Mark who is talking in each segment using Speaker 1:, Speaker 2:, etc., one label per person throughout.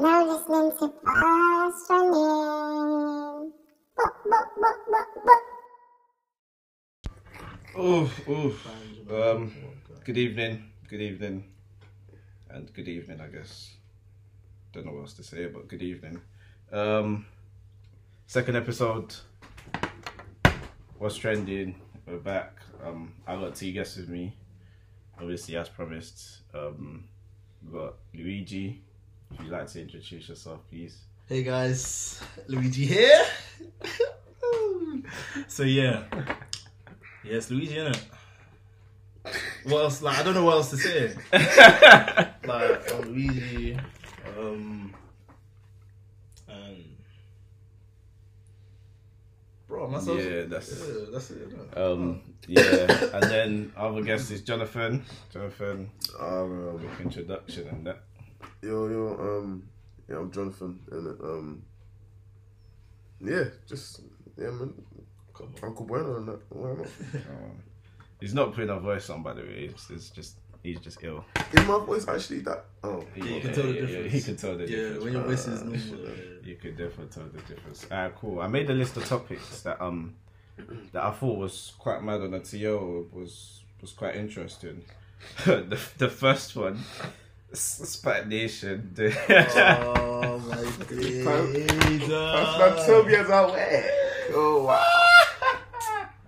Speaker 1: now listening to Fast Running. Boop, boop, boop, boop, boop.
Speaker 2: Oof, oof. Um, good evening, good evening, and good evening, I guess. Don't know what else to say, but good evening. Um, second episode. What's trending? We're back. Um, I got two guests with me. Obviously, as promised. Um, we got Luigi. If you'd like to introduce yourself, please.
Speaker 3: Hey guys, Luigi here. so yeah, yes, Luigi innit? What else? Like I don't know what else to say. Like I'm Luigi, um, and bro, myself.
Speaker 2: Yeah, that's-
Speaker 3: yeah, that's it. innit?
Speaker 2: Um, yeah, and then other guest is Jonathan. Jonathan,
Speaker 4: Um,
Speaker 2: with introduction and that.
Speaker 4: yo, yo, um, yeah, I'm Jonathan, and um, yeah, just yeah, man,
Speaker 3: Come on.
Speaker 4: Uncle Bueno and that. Why not?
Speaker 2: Um, he's not putting a voice on, by the way. It's, it's just he's just ill.
Speaker 4: Is my voice actually that? Oh,
Speaker 2: Yeah,
Speaker 3: you can tell the difference.
Speaker 2: he can tell the
Speaker 3: Yeah,
Speaker 2: difference.
Speaker 3: when your
Speaker 2: bro.
Speaker 3: voice is normal.
Speaker 2: you could definitely tell the difference. Ah, cool. I made a list of topics that um that I thought was quite mad on the TO was was quite interesting. the the first one, S- Spat Nation. dude.
Speaker 3: Oh my days!
Speaker 4: Uh. that's Tobias out way. Oh wow.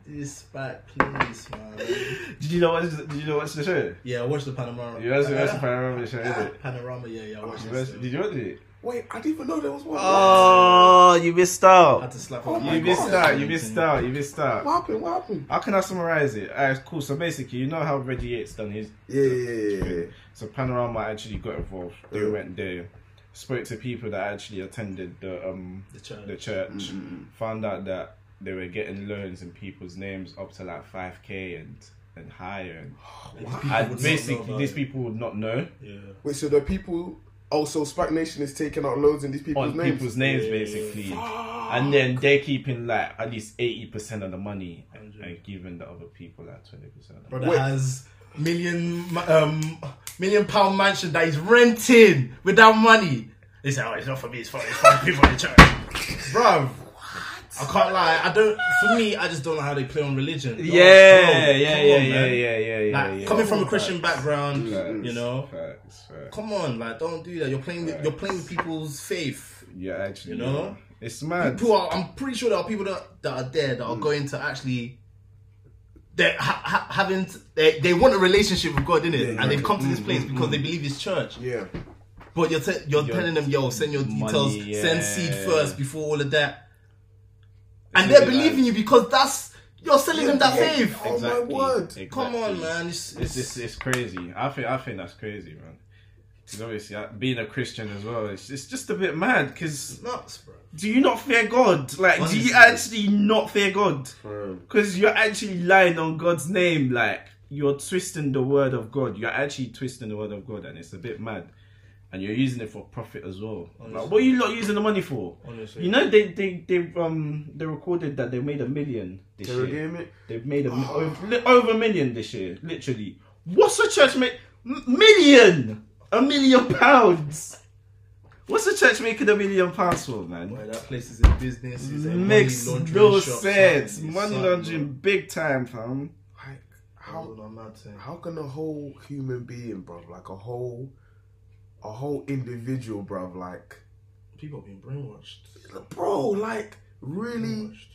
Speaker 3: This back, please, man.
Speaker 2: Did you know what? Did you know what's the show?
Speaker 3: Yeah, I watched the panorama.
Speaker 2: You guys watched the Panorama show, is it?
Speaker 3: Panorama, yeah, yeah, I watched
Speaker 2: You
Speaker 3: this.
Speaker 2: guys- Did you watch it?
Speaker 4: Wait, I didn't even know there was one. Uh.
Speaker 3: Oh,
Speaker 2: you missed
Speaker 3: I had
Speaker 2: out.
Speaker 3: to slap
Speaker 4: Oh
Speaker 3: it.
Speaker 4: my
Speaker 2: You missed
Speaker 4: God.
Speaker 2: out. You missed out. You missed out.
Speaker 4: What happened? What happened?
Speaker 2: How can I summarize it? Alright, cool. So basically, you know how Reggie Yates done his.
Speaker 4: Yeah, yeah, yeah, yeah.
Speaker 2: So Panorama actually got involved. They
Speaker 4: Yeah.
Speaker 2: went there, spoke to people that actually attended the um
Speaker 3: The church.
Speaker 2: the church,
Speaker 3: Mm-hmm.
Speaker 4: Mm-mm.
Speaker 2: found out that they were getting loans in people's names up to like five k and and higher, and,
Speaker 3: And these people
Speaker 2: and
Speaker 3: would
Speaker 2: basically
Speaker 3: not know about
Speaker 2: these
Speaker 3: it.
Speaker 2: people would not know
Speaker 3: Yeah.
Speaker 4: Wait, so the people also Spack Nation is taking out loads in these people's
Speaker 2: on
Speaker 4: names.
Speaker 2: people's names
Speaker 3: Yeah.
Speaker 2: basically.
Speaker 4: Ah.
Speaker 2: And then they're keeping like at least eighty percent of the money and,
Speaker 3: Hundred.
Speaker 2: and giving the other people like twenty percent.
Speaker 3: Brother
Speaker 4: Wait.
Speaker 3: has million ma- um million pound mansion that he's renting with that money. They say, oh, it's not for me. It's for, it's for the people in the church, bruv. I can't lie. I don't. For me, I just don't know how they play on religion. Like,
Speaker 2: Yeah,
Speaker 3: bro,
Speaker 2: yeah,
Speaker 3: come
Speaker 2: yeah,
Speaker 3: on,
Speaker 2: yeah,
Speaker 3: man.
Speaker 2: yeah, yeah, yeah,
Speaker 3: Like,
Speaker 2: yeah.
Speaker 3: coming from a Christian
Speaker 2: Facts,
Speaker 3: background,
Speaker 2: facts,
Speaker 3: you know.
Speaker 2: facts, facts.
Speaker 3: Come on, like, don't do that. You're playing. With, you're playing with people's faith.
Speaker 2: Yeah, actually,
Speaker 3: You know?
Speaker 2: yeah. it's mad.
Speaker 3: people are, I'm pretty sure there are people that, that are there that are going to actually they're ha- ha- having t- they, they want a relationship with God innit?
Speaker 4: Yeah,
Speaker 3: and they've
Speaker 4: yeah.
Speaker 3: come to this place because they believe it's church
Speaker 4: Yeah.
Speaker 3: but you're te- Mm, you're
Speaker 2: Your
Speaker 3: telling them yo send your
Speaker 2: money,
Speaker 3: details
Speaker 2: yeah.
Speaker 3: send seed first before all of that and
Speaker 2: It's
Speaker 3: they're
Speaker 2: a bit
Speaker 3: believing you because that's you're selling them that
Speaker 4: Yeah,
Speaker 3: faith
Speaker 4: Oh, my word.
Speaker 3: come on
Speaker 2: exactly.
Speaker 3: man it's,
Speaker 2: It's, it's it's crazy. I think I think that's crazy, man. Because obviously, I, being a Christian as well, it's, it's just a bit mad. Because
Speaker 3: nuts bro
Speaker 2: do you not fear God? Like, do
Speaker 3: Honestly.
Speaker 2: you actually not fear God?
Speaker 4: Um,
Speaker 2: Because you're actually lying on God's name, like you're twisting the word of God. You're actually twisting the word of God, and it's a bit mad. And you're using it for profit as well. Like,
Speaker 3: Honestly.
Speaker 2: what are you not using the money for?
Speaker 3: honestly
Speaker 2: You know they they they um they recorded that they made a million this
Speaker 4: Terror
Speaker 2: year.
Speaker 4: Game it.
Speaker 2: They've made a mi- over, li- over a million this year, literally. What's a church make M- million? A million pounds. What's a church making a million pounds for, man?
Speaker 3: Boy, that place is in business it's a
Speaker 2: Makes
Speaker 3: money laundering
Speaker 2: no
Speaker 3: shop,
Speaker 2: sense.
Speaker 3: son. It's
Speaker 2: Money
Speaker 3: son,
Speaker 2: laundering, big time, fam.
Speaker 3: bro.
Speaker 4: Like, how
Speaker 3: Oh, no, I'm mad saying.
Speaker 4: How can a whole human being, bruv, like a whole, a whole individual, bruv, like,
Speaker 3: people are being brainwashed
Speaker 4: bro, like, really,
Speaker 3: brainwashed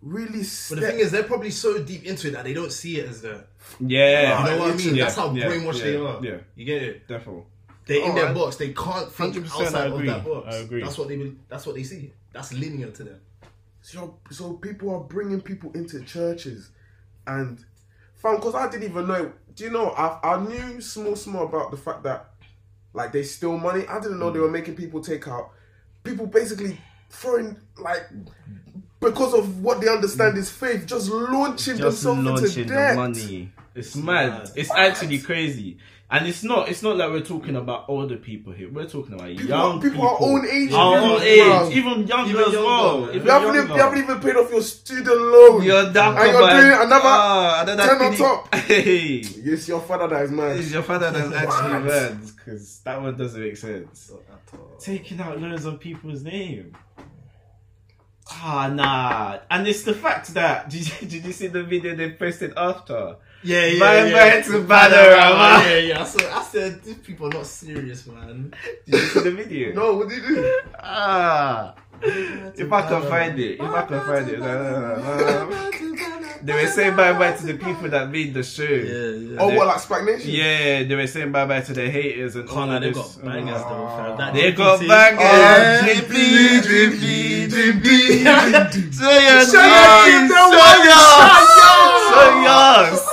Speaker 4: really.
Speaker 3: Oh But the thing is, they're probably so deep into it that they don't see it as that.
Speaker 2: Yeah,
Speaker 3: you know what I mean?
Speaker 2: Yeah,
Speaker 3: That's how
Speaker 2: yeah,
Speaker 3: brainwashed
Speaker 2: yeah,
Speaker 3: they are.
Speaker 2: Yeah,
Speaker 3: You get it?
Speaker 2: definitely.
Speaker 3: They're in their
Speaker 4: Alright.
Speaker 3: box. They can't think
Speaker 2: 100% I
Speaker 3: outside
Speaker 2: agree.
Speaker 3: of that box.
Speaker 2: I agree.
Speaker 3: That's what they. be- That's what they see. That's linear to them.
Speaker 4: so, so people are bringing people into churches, and fam, because I didn't even know. Do you know? I I knew small small about the fact that, like, they steal money. I didn't know they were making people take out. People basically throwing like because of what they understand is faith, just launching
Speaker 5: Just
Speaker 4: themselves
Speaker 5: launching the
Speaker 4: into debt.
Speaker 5: money. It's
Speaker 2: mad. It's actually crazy, and it's not. It's not like we're talking about older people here. We're talking about
Speaker 4: People,
Speaker 2: young
Speaker 4: people our own age,
Speaker 2: Our
Speaker 4: you know,
Speaker 2: own
Speaker 4: bruv.
Speaker 2: age, even younger
Speaker 6: Even
Speaker 2: as
Speaker 6: younger.
Speaker 2: well.
Speaker 6: You
Speaker 2: Even
Speaker 4: You haven't, even,
Speaker 2: younger.
Speaker 4: you haven't even paid off your student loan.
Speaker 5: You're down
Speaker 4: And you're
Speaker 5: covered.
Speaker 4: doing another
Speaker 5: Ah, and then that
Speaker 4: 10 on
Speaker 5: thing-
Speaker 4: top.
Speaker 5: Hey,
Speaker 4: It's your father that is mad.
Speaker 5: it's your father that's
Speaker 4: What?
Speaker 5: actually mad because that one doesn't make sense.
Speaker 2: taking out loads of people's name. Ah nah, and it's the fact that did you, did you see the video they posted after?
Speaker 6: Yeah, yeah,
Speaker 2: Bye,
Speaker 6: yeah.
Speaker 2: bye to Badarama.
Speaker 6: Yeah, yeah. So I said these people are not serious, man.
Speaker 2: Did you see the video?
Speaker 4: No, what do you do?
Speaker 2: Ah, if I can find it, if I can find it, nah, nah, nah, nah. they were saying bye bye to the people that made the show.
Speaker 6: Yeah,
Speaker 2: Yeah.
Speaker 6: yeah.
Speaker 4: Oh, what, like Spike Nation?
Speaker 2: they were saying bye bye to the haters
Speaker 3: oh,
Speaker 2: and all
Speaker 6: Connor,
Speaker 2: of
Speaker 6: they
Speaker 2: this. Ah.
Speaker 6: got bangers though, fam. That
Speaker 2: They
Speaker 6: DPT.
Speaker 2: got bangers. Dribbly,
Speaker 4: Oh,
Speaker 2: dribbly, dribbly. So young, so
Speaker 4: young,
Speaker 2: young, so young.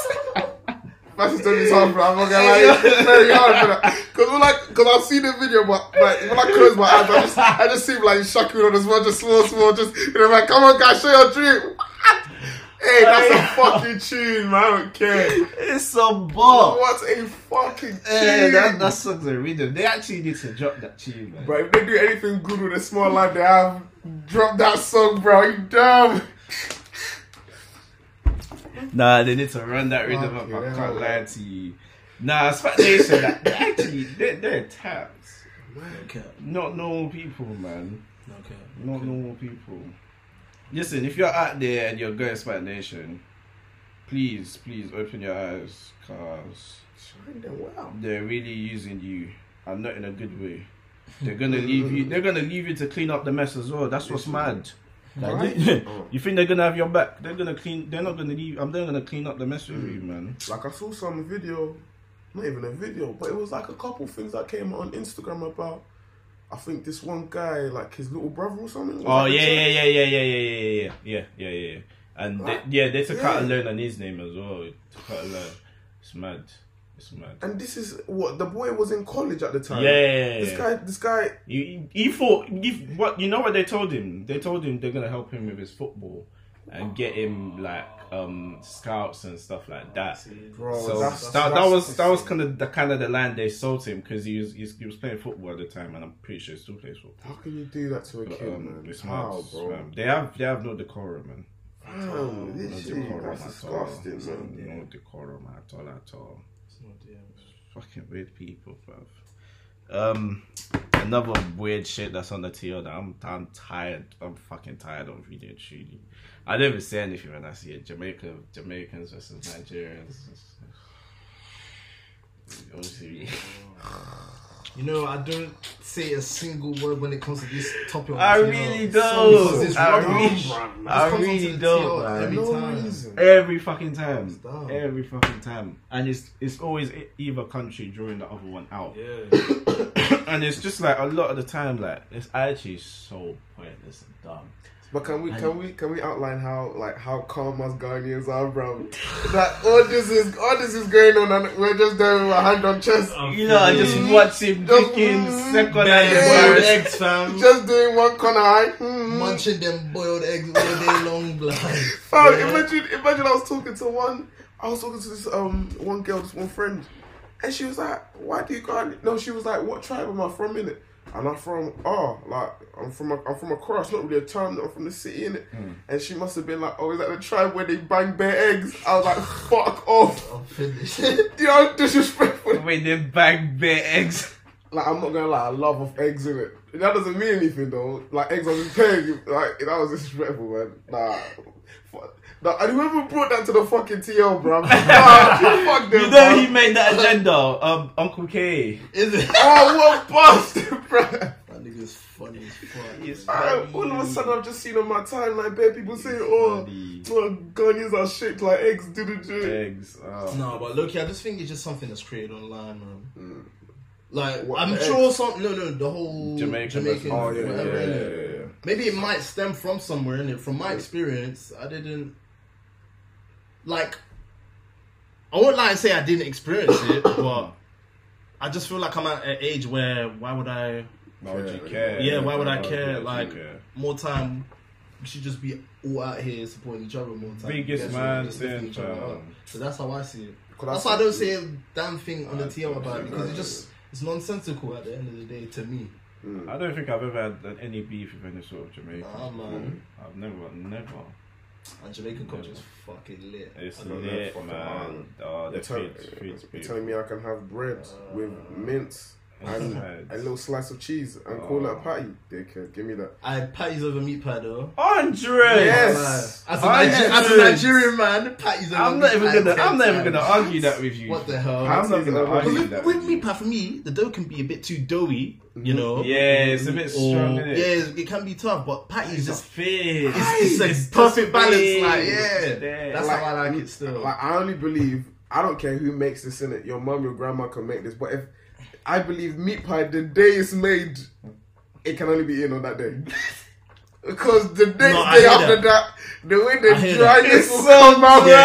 Speaker 4: That's just it's hard, bro. I'm not gonna lie. It's very hard, bro. Because when I, cause I've seen the video, but like, when I close my eyes, I just, I just seem like shaking on as well, just small, small, just, you know, like, come on, guys, show your drip. What? Hey, that's a fucking tune, man. I don't care.
Speaker 2: It's some ball.
Speaker 4: What a fucking tune.
Speaker 2: Yeah, that, that song's a rhythm. They actually need to drop that tune, man.
Speaker 4: Bro, if they do anything good with a small life they have, drop that song, bro. You dumb.
Speaker 2: Nah, they need to run that rhythm up.
Speaker 4: Fucking
Speaker 2: I
Speaker 4: hell.
Speaker 2: can't lie to you. Nah, Spat Nation, like, they actually, they're, they're taps.
Speaker 6: Okay,
Speaker 2: Not normal people, man.
Speaker 6: okay.
Speaker 2: Not normal people. Listen, if you're out there and you're going Spat Nation, please, please open your eyes, cause
Speaker 4: Wow.
Speaker 2: they're really using you, and not in a good way. They're gonna leave you. They're gonna leave you to clean up the mess as well. That's what's mad. Like, they- you think they're gonna have your back? They're gonna clean. They're not gonna leave. I'm. They're gonna clean up the mess with you, man.
Speaker 4: Like I saw some video, not even a video, but it was like a couple things that came on Instagram about. I think this one guy, like his little brother or something. was
Speaker 2: Oh
Speaker 4: like a
Speaker 2: yeah, yeah,
Speaker 4: church-
Speaker 2: yeah, yeah, yeah, yeah, yeah, yeah, yeah, yeah, yeah. And they,
Speaker 4: Right.
Speaker 2: yeah, they took out a
Speaker 4: Yeah.
Speaker 2: loan on his name as well. They Took out a loan. It's mad. It's mad.
Speaker 4: And this is what the boy was in college at the
Speaker 2: Yeah,
Speaker 4: time.
Speaker 2: yeah, yeah,
Speaker 4: This
Speaker 2: yeah.
Speaker 4: guy, this guy,
Speaker 2: You- you- He, thought. You, what you know? What they told him? They told him they're gonna help him with his football and get him like um scouts and stuff like that.
Speaker 4: bro.
Speaker 2: so
Speaker 4: Oh, that's,
Speaker 2: that,
Speaker 4: that's-
Speaker 2: that was that was kind of the kind of the line they sold to him because he was he's, he was playing football at the time and I'm pretty sure he still plays football.
Speaker 4: How can you do that to a
Speaker 2: But,
Speaker 4: kid,
Speaker 2: um,
Speaker 4: man?
Speaker 2: it's mad,
Speaker 4: How,
Speaker 2: it's
Speaker 4: bro?
Speaker 2: mad. They have they have no decorum, man.
Speaker 4: Damn,
Speaker 2: No
Speaker 4: this shit,
Speaker 2: decorum
Speaker 4: that's
Speaker 2: at all.
Speaker 4: disgusting, man.
Speaker 2: No decorum at all at all. Fucking weird people, bruv. Um, another weird shit that's on the TL that I'm I'm tired. I'm fucking tired of reading truly. I don't even say anything when I see it. Jamaica, Jamaicans versus Nigerians. Honestly,
Speaker 6: You know, I don't say a single word when it comes to this topic. on
Speaker 2: I
Speaker 6: the
Speaker 2: really
Speaker 6: TL.
Speaker 2: don't.
Speaker 6: So it's
Speaker 2: I
Speaker 6: wrong, bruv.
Speaker 2: really-
Speaker 6: It
Speaker 2: I
Speaker 6: just comes
Speaker 2: really
Speaker 6: onto the
Speaker 2: don't,
Speaker 6: TL
Speaker 2: man.
Speaker 6: every
Speaker 4: No
Speaker 6: time.
Speaker 4: reason.
Speaker 2: every fucking time,
Speaker 6: Stop.
Speaker 2: every fucking time, and it's it's always e- either country drawing the other one out.
Speaker 6: Yeah.
Speaker 2: and it's just like a lot of the time, like it's actually so pointless and dumb.
Speaker 4: But can we can we can we outline how like how calm us Ghanaians are, bro? that all this is all this is going on, and we're just there with our hand on chest,
Speaker 2: You know, I just
Speaker 4: Mm.
Speaker 2: watch him
Speaker 4: Just-
Speaker 2: picking
Speaker 4: Mm.
Speaker 2: second
Speaker 6: Man,
Speaker 2: and
Speaker 6: boiled
Speaker 2: worse.
Speaker 6: eggs, fam.
Speaker 4: just doing one corner eye. Hmm.
Speaker 6: Munching them boiled eggs all day long, blood.
Speaker 4: Fam,
Speaker 6: Yeah.
Speaker 4: imagine, imagine I was talking to one, I was talking to this um one girl, this one friend, and she was like, "Why do you got?" No, she was like, "What tribe am I from?" In it, and I'm from oh, like I'm from a, I'm from across, not really a town, I'm from the city in it, and she must have been like, "Oh, is that the tribe where they bang bare eggs?" I was like, "Fuck off."
Speaker 6: I'm finished.
Speaker 4: You know, how disrespectful.
Speaker 2: When they bag bare eggs.
Speaker 4: Like, I'm not gonna lie, I love of eggs in it. That doesn't mean anything though. Like, eggs on his peg, like, that was disrespectful, man. Nah. Fuck. Nah, and whoever brought that to the fucking TL, bro. Nah, fuck them,
Speaker 2: You know he
Speaker 4: bruv.
Speaker 2: made that agenda, um, Uncle K.
Speaker 6: Is it?
Speaker 4: Oh, what bastard, bro.
Speaker 6: That nigga's funny as fuck.
Speaker 2: He's
Speaker 4: all of a sudden, I've just seen on my timeline bare people say, oh,
Speaker 2: bloody
Speaker 4: well, Ghanaians are shaped like eggs, do the do.
Speaker 2: eggs. Oh.
Speaker 6: No, but look, I just think it's just something that's created online, man.
Speaker 4: Mm.
Speaker 6: Like
Speaker 4: What,
Speaker 6: I'm
Speaker 4: the
Speaker 6: sure some no no the whole
Speaker 2: Jamaican
Speaker 6: Jamaican,
Speaker 2: versus-
Speaker 4: Oh, yeah, yeah,
Speaker 6: whatever,
Speaker 4: yeah,
Speaker 6: innit?
Speaker 4: yeah, yeah.
Speaker 6: Maybe it might stem from somewhere in it. From my experience, I didn't like. I won't lie and say I didn't experience it, but I just feel like I'm at an age where why would I?
Speaker 2: Why would you
Speaker 4: Yeah,
Speaker 2: care?
Speaker 6: Yeah, why would I
Speaker 2: would
Speaker 6: care?
Speaker 2: you
Speaker 6: Like
Speaker 2: care?
Speaker 6: more time
Speaker 3: we should just be all out here supporting each other more. Time.
Speaker 2: Biggest
Speaker 3: Yes,
Speaker 2: man
Speaker 3: just lifting
Speaker 2: thing,
Speaker 3: each other
Speaker 2: fam.
Speaker 3: up. So that's how I see it.
Speaker 4: Could I
Speaker 3: That's why I
Speaker 4: say-
Speaker 3: don't say a damn thing on the TM about it
Speaker 4: yeah,
Speaker 3: because
Speaker 4: yeah,
Speaker 3: it just it's nonsensical at the end of the day to me.
Speaker 2: I don't think I've ever had an- any beef with any sort of Jamaican.
Speaker 3: Nah, man.
Speaker 2: I've never, never.
Speaker 3: And Jamaican culture is fucking lit.
Speaker 2: It's
Speaker 3: I don't know.
Speaker 2: lit,
Speaker 4: fucking
Speaker 2: man. Oh, the
Speaker 4: You're, tell-
Speaker 2: feeds, feeds,
Speaker 4: you're
Speaker 2: feeds.
Speaker 4: telling me I can have bread with mince and
Speaker 2: Bread.
Speaker 4: a little slice of cheese and call it a
Speaker 2: Oh.
Speaker 4: patty? Dickhead, give me that.
Speaker 3: I patties over meat pie though.
Speaker 2: Andre.
Speaker 4: Yes!
Speaker 3: As a,
Speaker 2: I
Speaker 3: Niger- as a
Speaker 2: did.
Speaker 3: Nigerian man, patties over
Speaker 2: I'm
Speaker 3: meat
Speaker 2: not even
Speaker 3: pie
Speaker 2: gonna.
Speaker 3: ten
Speaker 2: I'm not even gonna
Speaker 3: times.
Speaker 2: argue that with you.
Speaker 3: What the hell?
Speaker 2: I'm not gonna
Speaker 4: Because
Speaker 2: argue
Speaker 3: Because with,
Speaker 2: that
Speaker 3: with
Speaker 2: you.
Speaker 3: meat pie, for me, the dough can be a bit too doughy, you know.
Speaker 2: Yeah, it's a bit strong,
Speaker 3: Or-
Speaker 2: innit?
Speaker 3: Yeah, it's- it can be tough, but patties
Speaker 2: It's
Speaker 3: just
Speaker 2: fit.
Speaker 3: it's, it's a
Speaker 2: just
Speaker 3: perfect balance.
Speaker 2: fit.
Speaker 3: Like,
Speaker 2: It's
Speaker 3: yeah,
Speaker 2: there.
Speaker 3: that's
Speaker 4: Like,
Speaker 3: how I like it still.
Speaker 4: Like I only believe I don't care who makes this in it. Your mum, your grandma can make this, but if I believe meat pie, the day it's made, it can only be in on that day. Because the next
Speaker 3: No, I
Speaker 4: day
Speaker 3: hear
Speaker 4: after
Speaker 3: that.
Speaker 4: that. the way
Speaker 3: I
Speaker 4: they
Speaker 3: hear
Speaker 4: dry
Speaker 3: that.
Speaker 4: this
Speaker 2: It's
Speaker 4: will
Speaker 2: so
Speaker 4: come out,
Speaker 2: dry.
Speaker 3: yeah,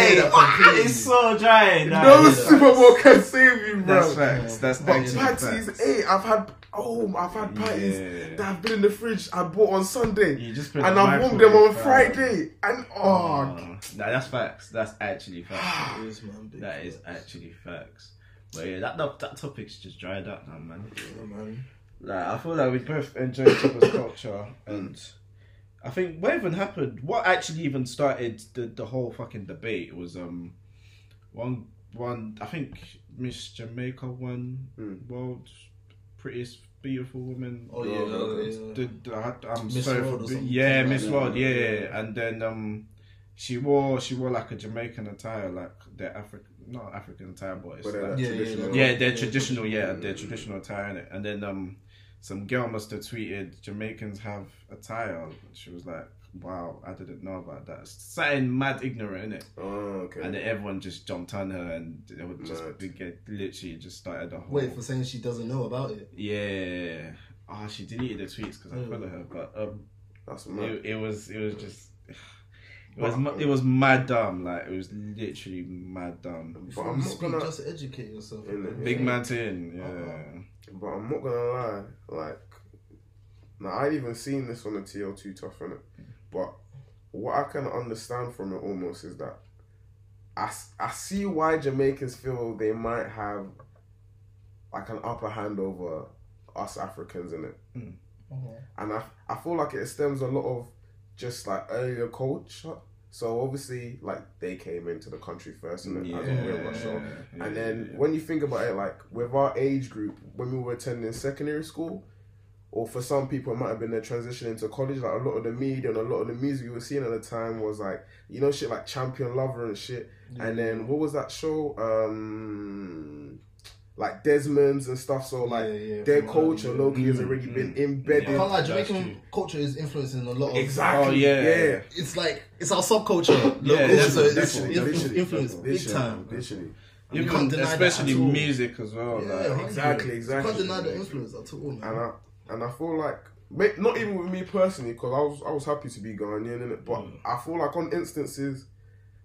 Speaker 3: I hear that
Speaker 4: bruv.
Speaker 3: completely.
Speaker 2: It's so dry. Nah,
Speaker 4: No
Speaker 2: yeah.
Speaker 4: Super Bowl can save you, bro.
Speaker 2: That's facts. That's
Speaker 4: But
Speaker 2: actually
Speaker 4: patties,
Speaker 2: facts.
Speaker 4: hey, eh, I've had oh, I've had patties
Speaker 2: Yeah.
Speaker 4: that have been in the fridge. I bought on Sunday,
Speaker 2: You just put
Speaker 4: and
Speaker 2: the
Speaker 4: I warmed them
Speaker 2: microwave,
Speaker 4: on
Speaker 2: fam.
Speaker 4: Friday. And
Speaker 2: Oh,
Speaker 4: oh,
Speaker 2: nah, that's facts. That's actually facts.
Speaker 3: It is, man, big
Speaker 2: that is
Speaker 3: facts.
Speaker 2: actually facts. But yeah, that that, that topic's just dried up now, man.
Speaker 3: Yeah, man.
Speaker 2: Like, I feel like we both enjoy each other's culture, and I think what even happened, what actually even started the, the whole fucking debate was um one one I think Miss Jamaica won
Speaker 4: Mm.
Speaker 2: world's prettiest beautiful woman.
Speaker 3: Hmm. Oh yeah, yeah, yeah.
Speaker 2: The- the- I- I'm
Speaker 3: Miss
Speaker 2: sorry
Speaker 3: World
Speaker 2: for
Speaker 3: or
Speaker 2: be-
Speaker 3: something.
Speaker 2: yeah, Miss
Speaker 3: Yeah.
Speaker 2: World, yeah, and then um. She wore she wore like a Jamaican attire, like their African not African attire, but it's
Speaker 4: But they're
Speaker 2: like
Speaker 4: like
Speaker 3: Yeah, yeah,
Speaker 4: traditional.
Speaker 2: yeah, their traditional, yeah, their traditional attire. Innit? And then um, some girl must have tweeted, "Jamaicans have attire." She was like, "Wow, I didn't know about that." Something mad ignorant, innit?
Speaker 4: Oh, okay.
Speaker 2: And then everyone just jumped on her, and it would just
Speaker 4: Mad.
Speaker 2: be get literally just started the whole.
Speaker 3: Wait for saying she doesn't know about it.
Speaker 2: yeah. Ah, she deleted the tweets because I
Speaker 3: Mm.
Speaker 2: follow her, but um,
Speaker 4: That's mad.
Speaker 2: it, it was it was just. It was, ma- it was mad dumb, like it was literally mad dumb.
Speaker 4: But I'm not
Speaker 3: Speak,
Speaker 4: gonna.
Speaker 3: just educate yourself.
Speaker 4: Innit?
Speaker 2: Big man tin, yeah.
Speaker 4: But I'm not gonna lie. Like, now I ain't even seen this on the TL2 tough in it, but what I can understand from it almost is that I, s- I see why Jamaicans feel they might have like an upper hand over us Africans in it.
Speaker 3: Uh-huh.
Speaker 4: and I, I feel like it stems a lot of just like earlier culture. So obviously, like they came into the country first, and then as a real Russian.
Speaker 2: yeah,
Speaker 4: And then
Speaker 2: yeah.
Speaker 4: when you think about it, like with our age group, when we were attending secondary school, or for some people it might have been their transition into college, like a lot of the media and a lot of the music we were seeing at the time was like, you know, shit like Champion Lover and shit.
Speaker 3: Mm.
Speaker 4: And then what was that show? Um like Desmond's and stuff. So like
Speaker 3: Yeah, yeah, from
Speaker 4: their
Speaker 3: um, that,
Speaker 4: culture
Speaker 3: yeah.
Speaker 4: locally has
Speaker 2: Mm,
Speaker 4: already been
Speaker 2: mm.
Speaker 4: embedded.
Speaker 3: I can't lie,
Speaker 2: That's
Speaker 3: Jamaican
Speaker 2: true.
Speaker 3: culture is influencing a lot of
Speaker 4: Exactly.
Speaker 2: Oh, yeah.
Speaker 4: Yeah.
Speaker 3: It's like it's our subculture,
Speaker 2: Yeah,
Speaker 3: local,
Speaker 2: yeah,
Speaker 3: so it's
Speaker 2: definitely,
Speaker 3: influ-
Speaker 2: definitely,
Speaker 3: influence
Speaker 2: definitely.
Speaker 3: big time.
Speaker 4: Literally.
Speaker 3: You
Speaker 2: Even
Speaker 3: can't deny that
Speaker 2: especially
Speaker 3: at all.
Speaker 2: music as well.
Speaker 3: Yeah,
Speaker 2: like,
Speaker 4: exactly,
Speaker 3: hundred.
Speaker 4: exactly.
Speaker 3: You can't deny the influence at all, man.
Speaker 4: And uh, I and I feel like ma- not even with me personally, because I was I was happy to be Ghanaian in it, but
Speaker 2: Mm.
Speaker 4: I feel like on instances,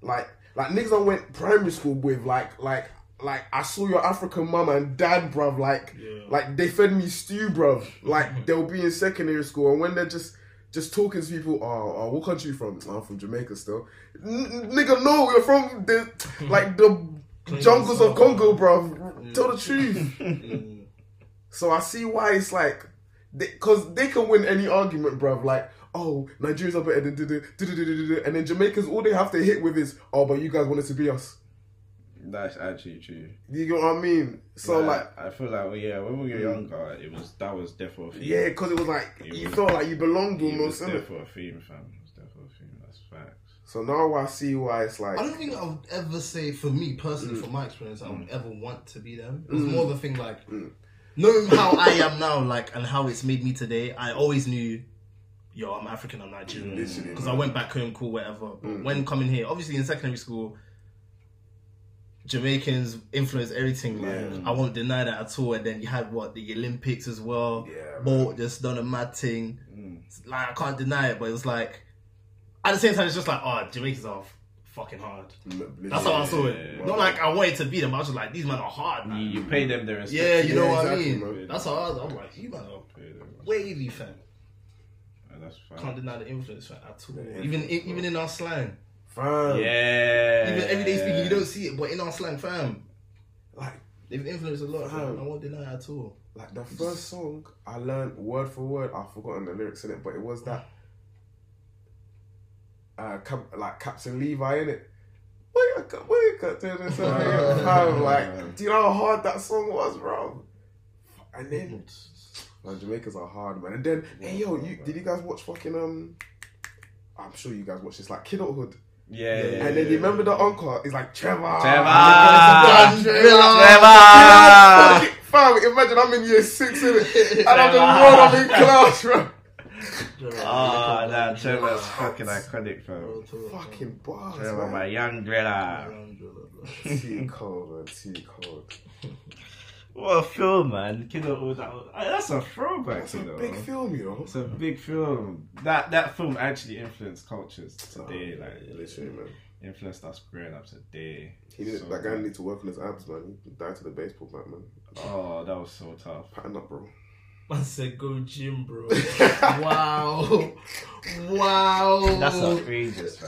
Speaker 4: like like niggas I went primary school with, like like like I saw your African mum and dad, bruv, like like they fed me stew, bruv. Like they'll be in secondary school and when they're just just talking to people, oh, oh what country you from? "Oh, I'm from Jamaica still. N- n- nigga, no, you're from the like the jungles of Congo, bruv. Tell the truth. So I see why it's like, because they, can win any argument, bruv. Like, oh, Nigerians are better than duh-duh, duh-duh, duh-duh, duh-duh. and then Jamaicans, all they have to hit with is, oh, but you guys wanted to be us.
Speaker 2: That's actually true.
Speaker 4: You know what I mean? So like,
Speaker 2: I feel like well, yeah, when we were
Speaker 3: Mm.
Speaker 2: younger, it was that was definitely
Speaker 4: yeah, because it was like
Speaker 2: It
Speaker 4: you
Speaker 2: was-
Speaker 4: felt like you belonged
Speaker 2: It was
Speaker 4: almost. innit?
Speaker 2: definitely a theme, fam. It was definitely a theme. That's facts.
Speaker 4: So now I see why it's like,
Speaker 3: I don't think I would ever say, for me
Speaker 4: Mm.
Speaker 3: personally, from my experience, I would ever want to be them. It was more of a thing like,
Speaker 4: Mm.
Speaker 3: knowing how I am now, like, and how it's made me today, I always knew, yo, I'm African, I'm Nigerian.
Speaker 4: Literally,
Speaker 3: Because I went back home, cool, whatever. But when coming here, obviously in secondary school, Jamaicans influenced everything. Like, I won't deny that at all. And then you had what the Olympics as well.
Speaker 4: Yeah,
Speaker 3: Bolt just done a mad thing. Like I can't deny it, but it was like at the same time, it's just like, oh, Jamaicans are f- fucking hard. That's how I saw it. Not like I wanted to beat them. I was just like, these men are hard, man.
Speaker 2: You, you pay them their respect.
Speaker 3: Yeah, you know
Speaker 4: Yeah,
Speaker 3: what
Speaker 4: exactly,
Speaker 3: I mean.
Speaker 4: man.
Speaker 3: That's how I was. I'm like, you man are
Speaker 2: Pay them.
Speaker 3: wavy, fam.
Speaker 2: and that's
Speaker 3: Can't
Speaker 2: fine.
Speaker 3: deny the influence right, at all. even in, even in our slang,
Speaker 4: Fam.
Speaker 2: Yeah.
Speaker 3: even everyday speaking,
Speaker 2: Eh.
Speaker 3: you don't see it, but in our slang, fam,
Speaker 4: Like,
Speaker 3: they've influenced a lot. Fam.
Speaker 4: Fam.
Speaker 3: I won't deny it at all.
Speaker 4: like the first song I learned word for word. I've forgotten the lyrics in it, but it was that. Uh, Cap- like Captain Levi in it. Wait, wait, fam. Like, do you know how hard that song was, bro? And then, man, Jamaicans are hard, man. And then, hey, yo, you did you guys watch fucking um? I'm sure you guys watched this, like Kidulthood.
Speaker 2: Yeah. Ah,
Speaker 4: And then you remember the encore? It's like Trevor.
Speaker 3: Ah,
Speaker 2: Trevor.
Speaker 4: Fam,
Speaker 2: Trevor.
Speaker 4: imagine I'm in year six in it, and I'm the one I'm in class, bro.
Speaker 2: Ah, oh, nah, Trevor's fucking iconic, bro.
Speaker 4: Fucking bars,
Speaker 2: Trevor, my
Speaker 4: man.
Speaker 2: young driller.
Speaker 4: Too cold, man. Too cold.
Speaker 2: What a film, man. Kid of all that. uh, That's a throwback,
Speaker 4: That's a
Speaker 2: you know.
Speaker 4: big film, you know.
Speaker 2: It's a big film. That that film actually influenced cultures today. Like,
Speaker 4: Oh, Literally, man.
Speaker 2: influenced us growing up today.
Speaker 4: He did,
Speaker 2: So-
Speaker 4: that guy needs to work on his abs, man. He died to the baseball bat, man.
Speaker 2: Oh, that was so tough.
Speaker 4: Pattern up, bro.
Speaker 3: Man said, go gym, bro. wow. Wow.
Speaker 2: That's
Speaker 4: Oh.
Speaker 2: outrageous,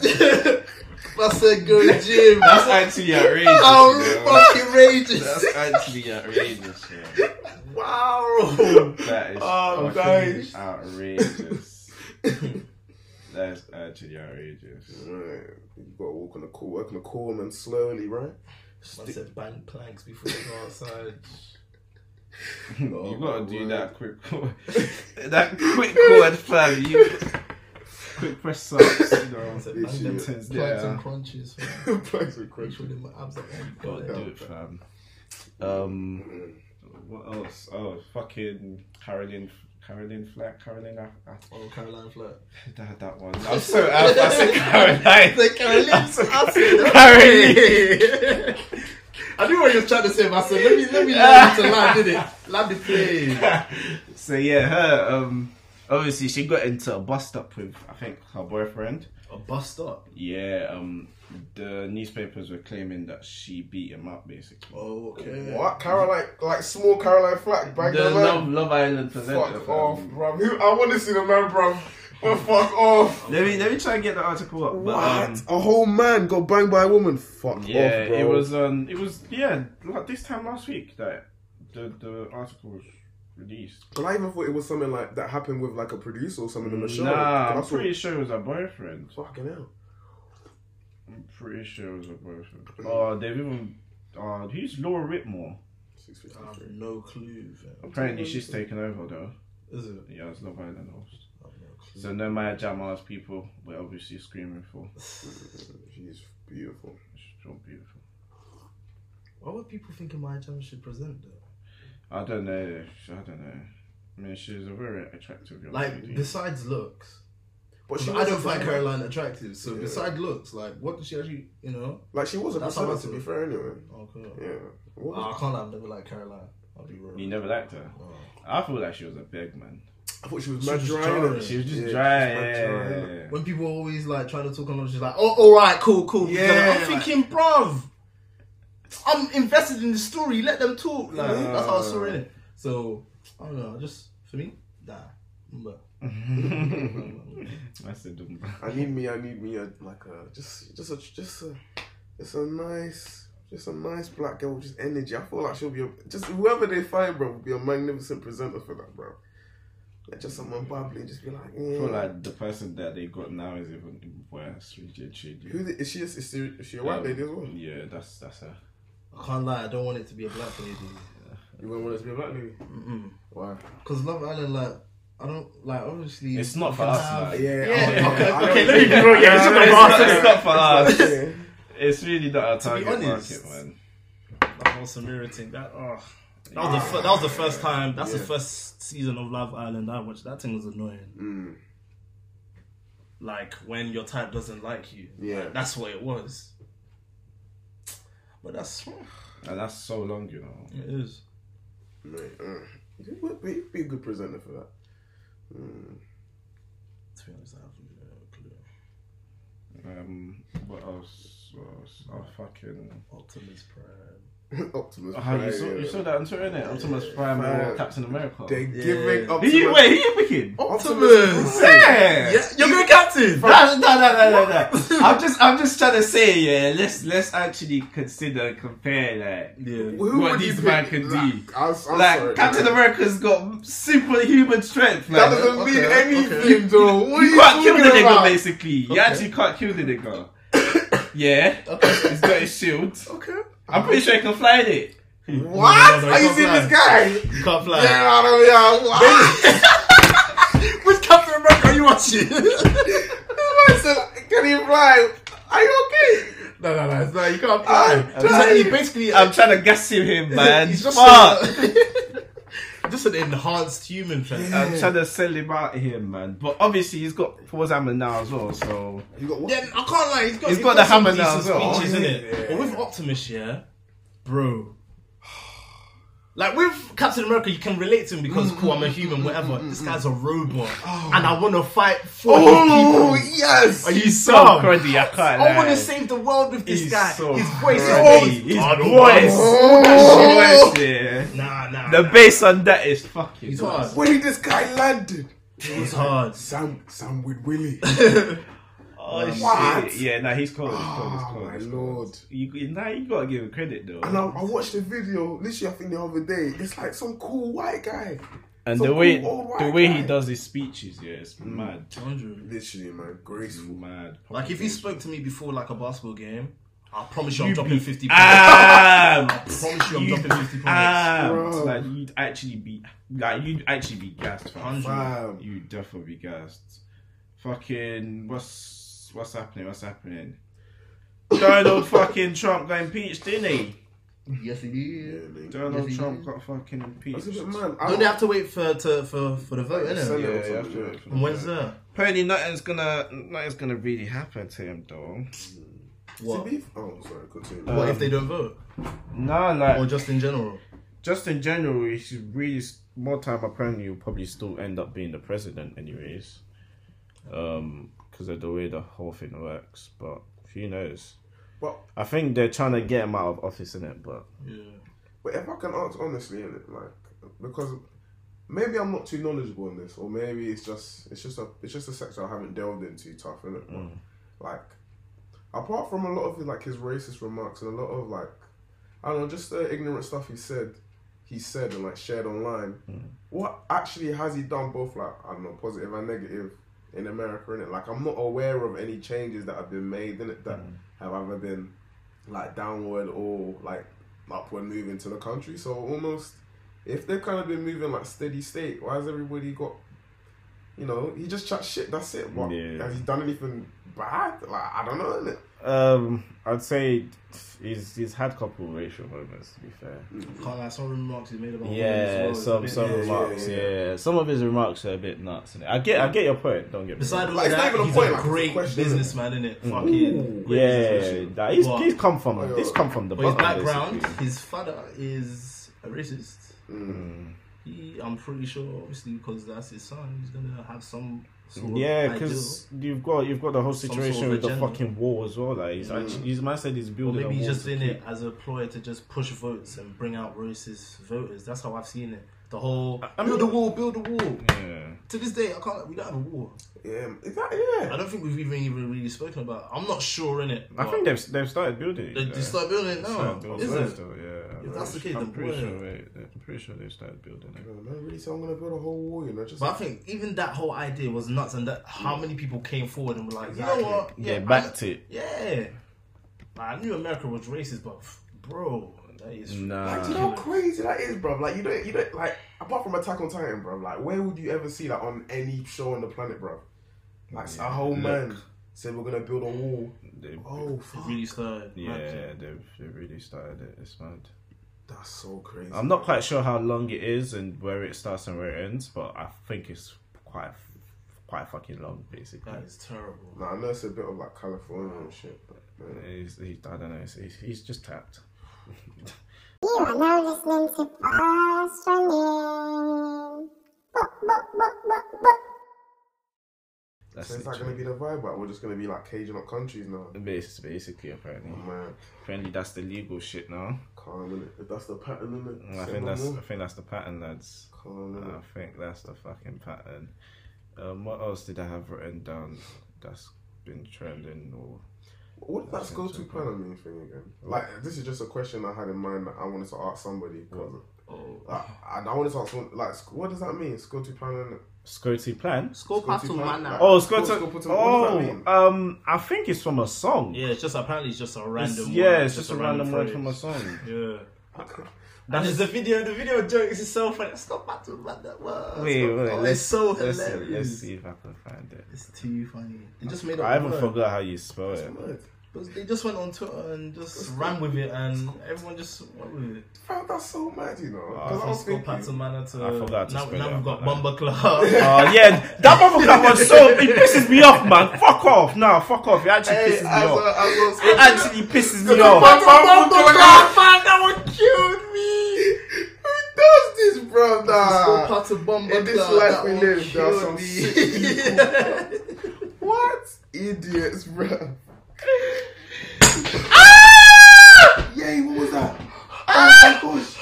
Speaker 2: man.
Speaker 3: Man said, go gym.
Speaker 2: That's actually outrageous.
Speaker 3: I'm
Speaker 4: Oh,
Speaker 2: you know?
Speaker 3: fucking rageous.
Speaker 2: That's actually outrageous, man.
Speaker 3: Wow.
Speaker 2: That is
Speaker 4: Oh,
Speaker 2: fucking
Speaker 4: guys.
Speaker 2: outrageous. that is actually outrageous.
Speaker 4: Right. You gotta walk on the cool, work on the cool, man, slowly, right?
Speaker 3: Man said, bang planks before you go outside.
Speaker 2: you
Speaker 4: Oh,
Speaker 2: gotta
Speaker 4: my
Speaker 2: do
Speaker 4: word.
Speaker 2: that quick chord. that quick chord, fam. You quick press ups, you know.
Speaker 3: Man said,
Speaker 4: This
Speaker 3: bang them
Speaker 4: year.
Speaker 3: planks
Speaker 2: Yeah.
Speaker 3: and crunches. man.
Speaker 4: Planks and
Speaker 3: Make
Speaker 4: crunch.
Speaker 3: sure them abs are on.
Speaker 2: Gotta do it, fam. Um, what else? Oh, fucking Caroline, Caroline Flack, Caroline. I, I,
Speaker 3: Oh, Caroline Flat.
Speaker 2: that, that one. I'm so out. I said Caroline.
Speaker 3: The Caroline's
Speaker 2: Caroline.
Speaker 3: I knew what you were trying to say, but I said, let me, let me land it to land, did it? Land the plane.
Speaker 2: so yeah, her. Um, obviously she got into a bust up with I think her boyfriend.
Speaker 3: A bust up.
Speaker 2: Yeah. Um, the newspapers were claiming that she beat him up basically.
Speaker 3: Oh, okay.
Speaker 4: What? Caroline, like small Caroline Flack, bang
Speaker 2: the
Speaker 4: that man.
Speaker 2: Love, Love Island presenter.
Speaker 4: Fuck
Speaker 2: fam.
Speaker 4: off, bruv. Who, I want to see the man, bruv. But fuck off.
Speaker 2: Let me let me try and get the article up. But, um,
Speaker 4: a whole man got banged by a woman? Fuck
Speaker 2: yeah, it was um, it was yeah, like this time last week that the the article was released.
Speaker 4: But I even thought it was something like that happened with like a producer or something in the show.
Speaker 2: Nah,
Speaker 4: And I
Speaker 2: I'm
Speaker 4: thought,
Speaker 2: pretty sure it was her boyfriend.
Speaker 4: Fucking hell.
Speaker 2: I'm pretty sure it was her boyfriend. Oh, they've even. Uh, who's Laura Whitmore?
Speaker 3: I have no clue. fam.
Speaker 2: Apparently, she's taken over though.
Speaker 3: Is it?
Speaker 2: Yeah, it's Love Island host.
Speaker 3: I have no clue.
Speaker 2: So Oh, no Maya Jamal's people, we're obviously screaming for.
Speaker 4: She's beautiful.
Speaker 2: She's so beautiful.
Speaker 3: Why would people think my channel should present though?
Speaker 2: I don't know. I don't know. I mean, she's a very attractive young
Speaker 3: Like,
Speaker 2: lady.
Speaker 3: besides looks, I
Speaker 4: But was
Speaker 3: don't
Speaker 4: a
Speaker 3: find
Speaker 4: presenter.
Speaker 3: Caroline attractive. So
Speaker 4: Yeah.
Speaker 3: besides looks, like, what does she actually, you know?
Speaker 4: Like, she was a
Speaker 3: That's how I
Speaker 4: presenter, to be
Speaker 3: feel.
Speaker 4: fair, anyway.
Speaker 3: Okay.
Speaker 4: Yeah. What
Speaker 3: Oh,
Speaker 4: was-
Speaker 3: I can't. I've never liked Caroline. I'll be real.
Speaker 2: you never liked her.
Speaker 3: Oh.
Speaker 2: I feel like she was a big man.
Speaker 4: I thought she was
Speaker 3: She
Speaker 4: mad
Speaker 3: was
Speaker 4: dry.
Speaker 3: jarring.
Speaker 4: innit?
Speaker 2: She was just
Speaker 4: Yeah,
Speaker 2: dry.
Speaker 4: she was mad
Speaker 2: yeah,
Speaker 4: dry, innit?
Speaker 2: yeah.
Speaker 3: When people are always like trying to talk on, she's like, "Oh, all right, cool, cool."
Speaker 4: Yeah,
Speaker 3: I'm thinking, bruv, I'm invested in the story. Let them talk. Like that's how I saw it. So I don't know. I Just for me, nah. But
Speaker 2: I said, um,
Speaker 4: I need me. I need me. A, like a just, just a, just a, just a nice, just a nice black girl with just energy. I feel like she'll be a, just whoever they find, bro, will be a magnificent presenter for that, bro. Like just someone bubbly, just be like,
Speaker 2: I
Speaker 4: yeah.
Speaker 2: feel like the person that they got now is even worse. Really, really.
Speaker 4: Who the, is she? Is, is she- is she a white
Speaker 2: Um,
Speaker 4: lady as well?
Speaker 2: Yeah, that's that's her.
Speaker 3: I can't lie. I don't want it to be a black lady.
Speaker 4: You wouldn't want it to be a black lady.
Speaker 3: Mm-mm.
Speaker 4: Why?
Speaker 3: Cause Love Island, like, I don't like. Obviously,
Speaker 2: It's not
Speaker 3: you
Speaker 2: for
Speaker 3: can
Speaker 2: us,
Speaker 3: have-
Speaker 2: man.
Speaker 4: Uh, Yeah.
Speaker 3: Yeah,
Speaker 4: I-
Speaker 3: okay,
Speaker 4: I don't
Speaker 3: okay,
Speaker 4: know.
Speaker 3: let me be real, yeah,
Speaker 2: it's
Speaker 4: No,
Speaker 2: not
Speaker 4: no,
Speaker 2: for us,
Speaker 4: no, no,
Speaker 2: it's
Speaker 4: no,
Speaker 2: not for
Speaker 4: it's not, yeah.
Speaker 2: It's really not our target
Speaker 3: honest,
Speaker 2: market, man.
Speaker 7: The whole Samira thing. That oh, that was the fir- that was the first time. That's the first season of Love Island I watched. That thing was annoying.
Speaker 4: Mm,
Speaker 7: Like when your type doesn't like you.
Speaker 4: yeah.
Speaker 7: That's what it was. But that's
Speaker 2: And that's so long, you know.
Speaker 7: it is.
Speaker 4: Mate, mm. You would be, be a good presenter for that. Mm.
Speaker 3: To be honest, I have no clue.
Speaker 2: Um, what else? What else? Oh, fucking.
Speaker 3: Optimus Prime.
Speaker 4: Optimus
Speaker 2: Oh, you,
Speaker 4: Prime,
Speaker 2: saw, you
Speaker 4: yeah.
Speaker 2: saw that on Twitter, innit? Optimus Prime
Speaker 4: Yeah.
Speaker 2: or Captain America.
Speaker 4: They're
Speaker 2: He,
Speaker 4: giving
Speaker 3: Yeah.
Speaker 4: Optimus.
Speaker 2: wait, he a wicked.
Speaker 4: Oh, Optimus. Prime.
Speaker 2: Yeah.
Speaker 3: Yeah, you're going captain.
Speaker 2: No, no, no, no, no, no. I'm just, I'm just trying to say, yeah. Let's, let's actually consider, compare, like,
Speaker 3: Yeah.
Speaker 4: Who
Speaker 2: What
Speaker 4: would you
Speaker 2: this man
Speaker 4: pick?
Speaker 2: can
Speaker 4: Like,
Speaker 2: do.
Speaker 4: I'm, I'm
Speaker 2: like
Speaker 4: sorry,
Speaker 2: Captain
Speaker 4: man.
Speaker 2: America's got superhuman strength. Like,
Speaker 4: That doesn't
Speaker 2: okay.
Speaker 4: mean anything, though. What are
Speaker 2: You
Speaker 4: you
Speaker 2: can't kill
Speaker 4: talking
Speaker 2: the nigga,
Speaker 4: about?
Speaker 2: basically. You actually can't kill the nigga. yeah, he's got his shield.
Speaker 4: Okay.
Speaker 2: I'm pretty sure he can fly it.
Speaker 4: What?
Speaker 3: no,
Speaker 4: Are you
Speaker 3: it's
Speaker 4: seeing
Speaker 3: not
Speaker 4: this guy?
Speaker 3: You can't fly.
Speaker 4: Yeah, I don't yeah. What?
Speaker 3: Which Captain America are you watching?
Speaker 4: I said, can he fly? Are you okay?
Speaker 3: no, no, no, no. You can't
Speaker 4: I'm
Speaker 3: fly. Just like,
Speaker 4: trying.
Speaker 3: he basically,
Speaker 2: I'm trying to gas him, him man.
Speaker 3: he's just,
Speaker 2: Fuck.
Speaker 3: a- just an enhanced human. fam.
Speaker 2: I'm trying to sell him out here, man. But obviously, he's got Paul's hammer now as well, so.
Speaker 4: You got what?
Speaker 3: Yeah, I can't lie. He's got,
Speaker 2: He's got the
Speaker 3: some
Speaker 2: hammer now
Speaker 3: decent
Speaker 2: as well.
Speaker 3: Speeches,
Speaker 4: Oh, yeah.
Speaker 3: innit? But with Optimus, yeah, bro. Like with Captain America, you can relate to him because cool, I'm a human, whatever.
Speaker 2: Mm,
Speaker 3: this guy's a robot,
Speaker 2: Oh.
Speaker 3: and I want to fight for
Speaker 4: Oh,
Speaker 3: his people.
Speaker 4: yes.
Speaker 3: Are you
Speaker 2: So
Speaker 3: dumb?
Speaker 2: cruddy, I can't
Speaker 3: I want
Speaker 2: lie.
Speaker 3: to save the world with this
Speaker 2: He's
Speaker 3: guy.
Speaker 2: so
Speaker 3: his voice,
Speaker 2: cruddy.
Speaker 3: his voice,
Speaker 2: His
Speaker 3: I don't
Speaker 2: voice.
Speaker 3: want-
Speaker 4: Oh.
Speaker 2: Voice, yeah.
Speaker 3: Nah, nah.
Speaker 2: The
Speaker 3: nah.
Speaker 2: bass on that is fucking.
Speaker 3: He's hard.
Speaker 4: Where did this guy landed?
Speaker 3: He's hard.
Speaker 4: Sam, Sam with Willie.
Speaker 2: Oh,
Speaker 4: What?
Speaker 2: shit. Yeah, nah, he's cold. He's cold. He's
Speaker 4: Oh,
Speaker 2: cold.
Speaker 4: my
Speaker 2: he's cold.
Speaker 4: lord.
Speaker 2: You, you- nah, you gotta give him credit though.
Speaker 4: And I, I watched a video literally, I think the other day. It's like some cool white guy.
Speaker 2: And
Speaker 4: So
Speaker 2: the way
Speaker 4: cool, Mm. old
Speaker 2: the
Speaker 4: white
Speaker 2: way he
Speaker 4: guy.
Speaker 2: does his speeches, yeah, it's mad.
Speaker 4: Literally, man,
Speaker 2: It's
Speaker 4: graceful.
Speaker 2: mad.
Speaker 3: Like if you spoke to me before like a basketball game, I promise you, I'm
Speaker 2: You
Speaker 3: dropping
Speaker 2: be-
Speaker 3: fifty points.
Speaker 2: Ah!
Speaker 3: I promise you, I'm
Speaker 2: You
Speaker 3: dropping fifty points.
Speaker 2: Ah,
Speaker 4: Bro.
Speaker 2: like you'd actually be, like you'd actually be gassed. fam.
Speaker 3: 100.
Speaker 4: Fam.
Speaker 2: You'd definitely be gassed. Fucking what's what's happening? What's happening? Donald fucking Trump got impeached, didn't he?
Speaker 3: Yes, it
Speaker 4: Yeah,
Speaker 3: is.
Speaker 4: nigga.
Speaker 2: Donald Trump got fucking
Speaker 4: I
Speaker 2: impeached.
Speaker 4: said, man, I
Speaker 3: Don't they have to wait for to, for for the vote, innit?
Speaker 4: Senate or
Speaker 2: Yeah, yeah,
Speaker 4: something.
Speaker 2: yeah.
Speaker 3: And When's that?
Speaker 2: Apparently, nothing's gonna nothing's gonna really happen to him, though.
Speaker 3: What?
Speaker 4: To be- Oh, sorry, continue.
Speaker 3: What if they don't vote,
Speaker 2: No,
Speaker 3: or
Speaker 2: like
Speaker 3: just in general?
Speaker 2: just in general, he should really s- more time. Apparently, he'll probably still end up being the president, anyways. Um, because of the way the whole thing works, but who knows?
Speaker 4: But,
Speaker 2: I think they're trying to get him out of office, in it, but
Speaker 3: Yeah.
Speaker 4: but if I can answer honestly, innit, like because maybe I'm not too knowledgeable in this, or maybe it's just it's just a it's just a sector I haven't delved into tough, innit? But,
Speaker 3: Mm.
Speaker 4: Like apart from a lot of his, like his racist remarks and a lot of like I don't know, just the ignorant stuff he said he said and like shared online. What actually has he done both like I don't know, positive and negative in America, innit? Like I'm not aware of any changes that have been made in it that have either been like downward or like upward moving to the country. So almost if they've kind of been moving like steady state, why has everybody got you know, he just chats shit, that's it. What
Speaker 2: Yeah.
Speaker 4: has he done anything bad? Like I don't know, innit?
Speaker 2: um, I'd say he's he's had a couple of racial moments. To be fair,
Speaker 4: Oh,
Speaker 3: Can't lie. Some remarks he made about
Speaker 2: yeah,
Speaker 3: women as well.
Speaker 2: some
Speaker 3: it's a
Speaker 2: some
Speaker 3: bit-
Speaker 2: remarks,
Speaker 4: yeah,
Speaker 2: yeah,
Speaker 4: yeah.
Speaker 2: some of his remarks are a bit nuts. innit? I get I get your point. Don't get me wrong.
Speaker 3: Besides all
Speaker 4: Like, it's not
Speaker 3: that,
Speaker 4: even a
Speaker 3: he's
Speaker 4: point,
Speaker 3: a
Speaker 4: like, it's a
Speaker 3: great
Speaker 4: question,
Speaker 3: businessman, innit? Fucking. great
Speaker 2: Mm. Yeah,
Speaker 3: businessman.
Speaker 2: that, he's,
Speaker 3: But-
Speaker 2: he's come from a,
Speaker 4: But-
Speaker 2: he's come from the
Speaker 3: But his
Speaker 2: bottom,
Speaker 3: background,
Speaker 2: basically.
Speaker 3: his father is a racist.
Speaker 4: Mm.
Speaker 3: He, I'm pretty sure, obviously, because that's his son, he's gonna have some sort
Speaker 2: Yeah,
Speaker 3: of
Speaker 2: because you've got you've got the whole
Speaker 3: Some
Speaker 2: situation
Speaker 3: sort of
Speaker 2: with the
Speaker 3: agenda.
Speaker 2: fucking war as well. Like he's actually, he's man said he's
Speaker 3: Or
Speaker 2: building.
Speaker 3: maybe
Speaker 2: a
Speaker 3: he's
Speaker 2: wall
Speaker 3: just
Speaker 2: to
Speaker 3: in
Speaker 2: keep-
Speaker 3: it as a ploy to just push votes and bring out racist voters. That's how I've seen it. The whole
Speaker 2: I mean-
Speaker 3: build a wall, build a wall.
Speaker 2: Yeah.
Speaker 3: To this day, I can't. We don't have a war.
Speaker 4: Yeah, is that yeah?
Speaker 3: I don't think we've even even really spoken about. I'm not sure in it.
Speaker 2: I think they've they've started building it.
Speaker 3: they,
Speaker 2: yeah.
Speaker 3: they start building it now.
Speaker 2: Started building
Speaker 3: Is
Speaker 2: it
Speaker 3: it?
Speaker 2: still, yeah.
Speaker 3: If that's the case,
Speaker 2: I'm
Speaker 3: then
Speaker 2: pretty
Speaker 3: boy.
Speaker 2: sure. They, I'm pretty sure they started building it.
Speaker 4: No, really, so I'm gonna build a whole wall, you know, just
Speaker 3: But I think even that whole idea was nuts, and that how many people came forward and were like,
Speaker 4: Exactly.
Speaker 3: you know what?
Speaker 2: Yeah,
Speaker 3: I-
Speaker 2: backed it.
Speaker 3: Yeah. Like, I knew America was racist, but pff, bro, that is.
Speaker 4: Like, do you
Speaker 2: Nah.
Speaker 4: know how crazy that is, bro? Like, you don't, you don't, like, apart from Attack on Titan, bro, like, where would you ever see that on any show on the planet, bro? Like, a whole man said we're gonna build a wall.
Speaker 2: They,
Speaker 4: Oh,
Speaker 3: It
Speaker 4: fuck.
Speaker 3: really started.
Speaker 2: yeah,
Speaker 3: Like,
Speaker 2: they've they really started it. It's mad.
Speaker 4: That's so crazy.
Speaker 2: I'm not quite sure how long it is and where it starts and where it ends, but I think it's quite quite fucking long, basically.
Speaker 3: that is terrible.
Speaker 4: Nah, I know it's a bit of, like, California and shit, but, man.
Speaker 2: He's, he, I don't know. He's, he's just tapped.
Speaker 1: You are now listening to Astronym. Boop, boop, boop, boop, boop.
Speaker 2: That's
Speaker 4: So is that
Speaker 2: literally-
Speaker 4: gonna be the vibe? Like, we're just gonna be like caging up countries now.
Speaker 2: Bas- Basically, apparently,
Speaker 4: Man,
Speaker 2: apparently that's the legal shit now.
Speaker 4: calm innit? If that's the pattern, innit?
Speaker 2: And Mm, I
Speaker 4: Say
Speaker 2: think
Speaker 4: no
Speaker 2: that's I
Speaker 4: more.
Speaker 2: think that's the pattern, lads.
Speaker 4: calm innit?
Speaker 2: I think that's the fucking pattern. Um, what else did I have written down that's been trending? Or
Speaker 4: What did
Speaker 2: That's
Speaker 4: that go to
Speaker 2: interesting.
Speaker 4: planning thing again? Like, this is just a question I had in mind that I wanted to ask somebody. 'cause, like, I, I wanted to ask, one- like, sc- what does that mean? Scotty planning?
Speaker 2: Scotty Plan?
Speaker 3: School
Speaker 4: Scotty
Speaker 3: pattern
Speaker 4: plan?
Speaker 3: man.
Speaker 4: Like,
Speaker 2: Oh,
Speaker 4: Scotty-
Speaker 2: Scotty.
Speaker 4: Scotty plan, what does that
Speaker 2: Oh,
Speaker 4: mean?
Speaker 2: um, I think it's from a song.
Speaker 3: Yeah, it's just apparently it's just a
Speaker 2: It's-
Speaker 3: random.
Speaker 2: yeah,
Speaker 3: word,
Speaker 2: it's just a random word from a
Speaker 3: phrase.
Speaker 2: song.
Speaker 3: Yeah. That is the video. The video jokes itself. Like, let's go back to what that was.
Speaker 2: Wait, wait,
Speaker 3: Oh,
Speaker 2: let's,
Speaker 3: it's so
Speaker 2: let's,
Speaker 3: hilarious.
Speaker 2: see, let's see if I can find it.
Speaker 3: It's too funny. They just made. Up
Speaker 2: I haven't
Speaker 3: word.
Speaker 2: forgot how you spell it.
Speaker 4: Mad.
Speaker 3: But They just went on Twitter and just ran with it, and everyone just went with it.
Speaker 4: Fam, that's so mad, you know. 'Cause I
Speaker 3: From
Speaker 4: was
Speaker 3: Skull
Speaker 4: thinking,
Speaker 3: Pattern Manor to
Speaker 2: I forgot to
Speaker 3: now,
Speaker 2: spell it,
Speaker 3: now
Speaker 2: I
Speaker 3: we've got
Speaker 2: forgot.
Speaker 3: Bumba Club.
Speaker 2: Oh yeah, that motherfucker was so it pisses me off, man. Fuck off, nah, fuck off. It actually
Speaker 4: Hey,
Speaker 2: pisses
Speaker 4: as
Speaker 2: me
Speaker 4: a,
Speaker 2: off.
Speaker 4: as
Speaker 2: It
Speaker 4: a
Speaker 2: actually pisses me off.
Speaker 3: that one killed me.
Speaker 4: Who does this,
Speaker 2: Ah.
Speaker 3: Skull
Speaker 4: brother?
Speaker 3: Pattern Bumba
Speaker 4: In this
Speaker 3: Club,
Speaker 4: life
Speaker 3: that
Speaker 4: we
Speaker 3: one
Speaker 4: live, there are
Speaker 3: killed
Speaker 4: some
Speaker 3: me.
Speaker 4: sick people. bruh. what idiots, bro? Yay! What was that? Oh my gosh!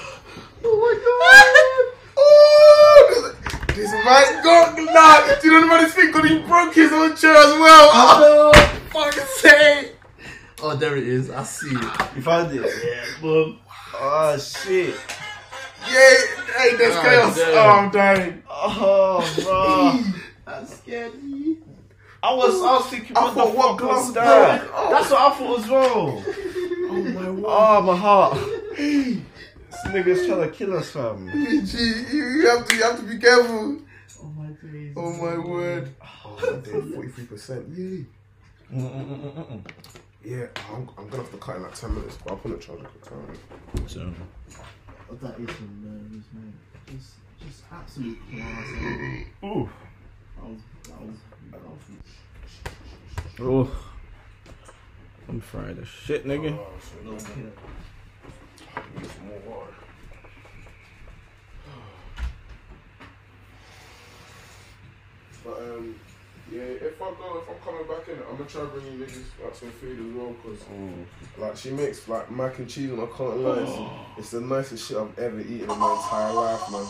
Speaker 4: Oh my god! Oh, this- this man got knocked. Do you know what this thing? Because he broke his own chair as well. Oh, fuck's sake!
Speaker 3: Oh, there it is. I see it.
Speaker 5: You found it? Yeah, boom. Oh, shit.
Speaker 4: Yay! Hey, there's chaos. Oh, I'm dying.
Speaker 5: Oh, bro.
Speaker 3: That scared me.
Speaker 5: I was, I was thinking,
Speaker 4: I
Speaker 5: what the
Speaker 4: thought what
Speaker 5: fuck
Speaker 4: glass
Speaker 5: was that?
Speaker 4: Oh,
Speaker 5: That's what I thought as well.
Speaker 4: my word.
Speaker 5: Oh, my heart. This nigga's trying to kill us, fam.
Speaker 4: Gee, you, you have to you have to be careful.
Speaker 3: Oh my days.
Speaker 4: Oh my word. Forty three percent. Yay. Yeah, I'm, I'm gonna have to cut in like ten minutes, but I'll put a charger for time.
Speaker 2: So,
Speaker 3: Oh, That is hilarious, man. Just, just absolute class.
Speaker 2: ooh,
Speaker 3: That was, that was, that was.
Speaker 2: ooh. I'm fried as shit, nigga.
Speaker 4: But um, yeah, if I go, if I'm coming back in, I'm gonna try bringing niggas like some food as well, cause like she makes like mac and cheese, and I can't lie, it's, it's the nicest shit I've ever eaten in my entire life, man.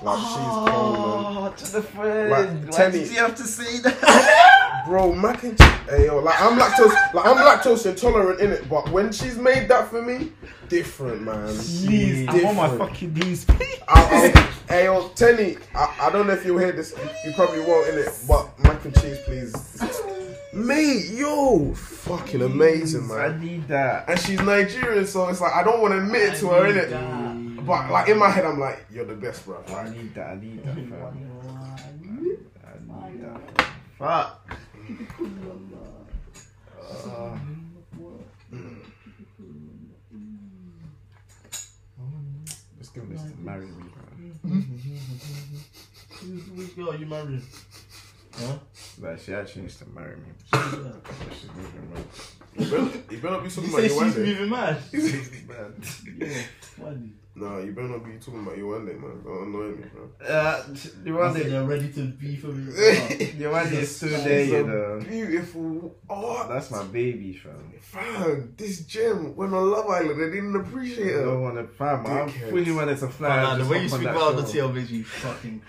Speaker 4: Like she's cold, man.
Speaker 5: Oh, to the friend.
Speaker 4: Like,
Speaker 5: Why
Speaker 4: tell
Speaker 5: did
Speaker 4: me-
Speaker 5: you have to say that?
Speaker 4: Bro, mac and cheese. Hey, yo, like I'm lactose, like I'm lactose intolerant in it, but when she's made that for me, different, man.
Speaker 2: Please, I want my
Speaker 4: Different.
Speaker 2: fucking knees.
Speaker 4: I, I, hey, yo, Tenny, I, I don't know if you'll hear this. You probably won't, innit? But mac and cheese, please. Mate, yo, fucking amazing,
Speaker 5: I
Speaker 4: man.
Speaker 5: need that.
Speaker 4: And she's Nigerian, so it's like I don't want to admit it to her, innit? But like in my head, I'm like, you're the best, bro.
Speaker 5: I
Speaker 4: Like,
Speaker 5: need that. I need that, fam. I need that. Uh,
Speaker 2: Let's give this to marry me, man.
Speaker 3: Who's- Which girl you marrying?
Speaker 2: Like she actually needs to marry me. She's moving around.
Speaker 4: you better, you better not be talking
Speaker 3: You
Speaker 4: about
Speaker 3: say
Speaker 4: your
Speaker 3: she's
Speaker 4: wedding.
Speaker 3: moving mad. Yeah,
Speaker 4: Nah, you better not be talking about your wedding, man. Don't annoy me, bro.
Speaker 5: Uh, the one that
Speaker 3: They're ready to be for me.
Speaker 5: the one that's still there, you know.
Speaker 4: Beautiful art.
Speaker 5: That's my baby, fam.
Speaker 4: Fam, this gem went on Love Island. They didn't appreciate
Speaker 5: I
Speaker 4: her.
Speaker 5: don't want to, fam. I
Speaker 4: Dickheads.
Speaker 5: fully wanted to fly.
Speaker 3: Oh, Nah, the
Speaker 5: just
Speaker 3: way
Speaker 5: up
Speaker 3: you
Speaker 5: on
Speaker 3: speak
Speaker 5: that
Speaker 3: about the
Speaker 5: show.
Speaker 3: TL makes me fucking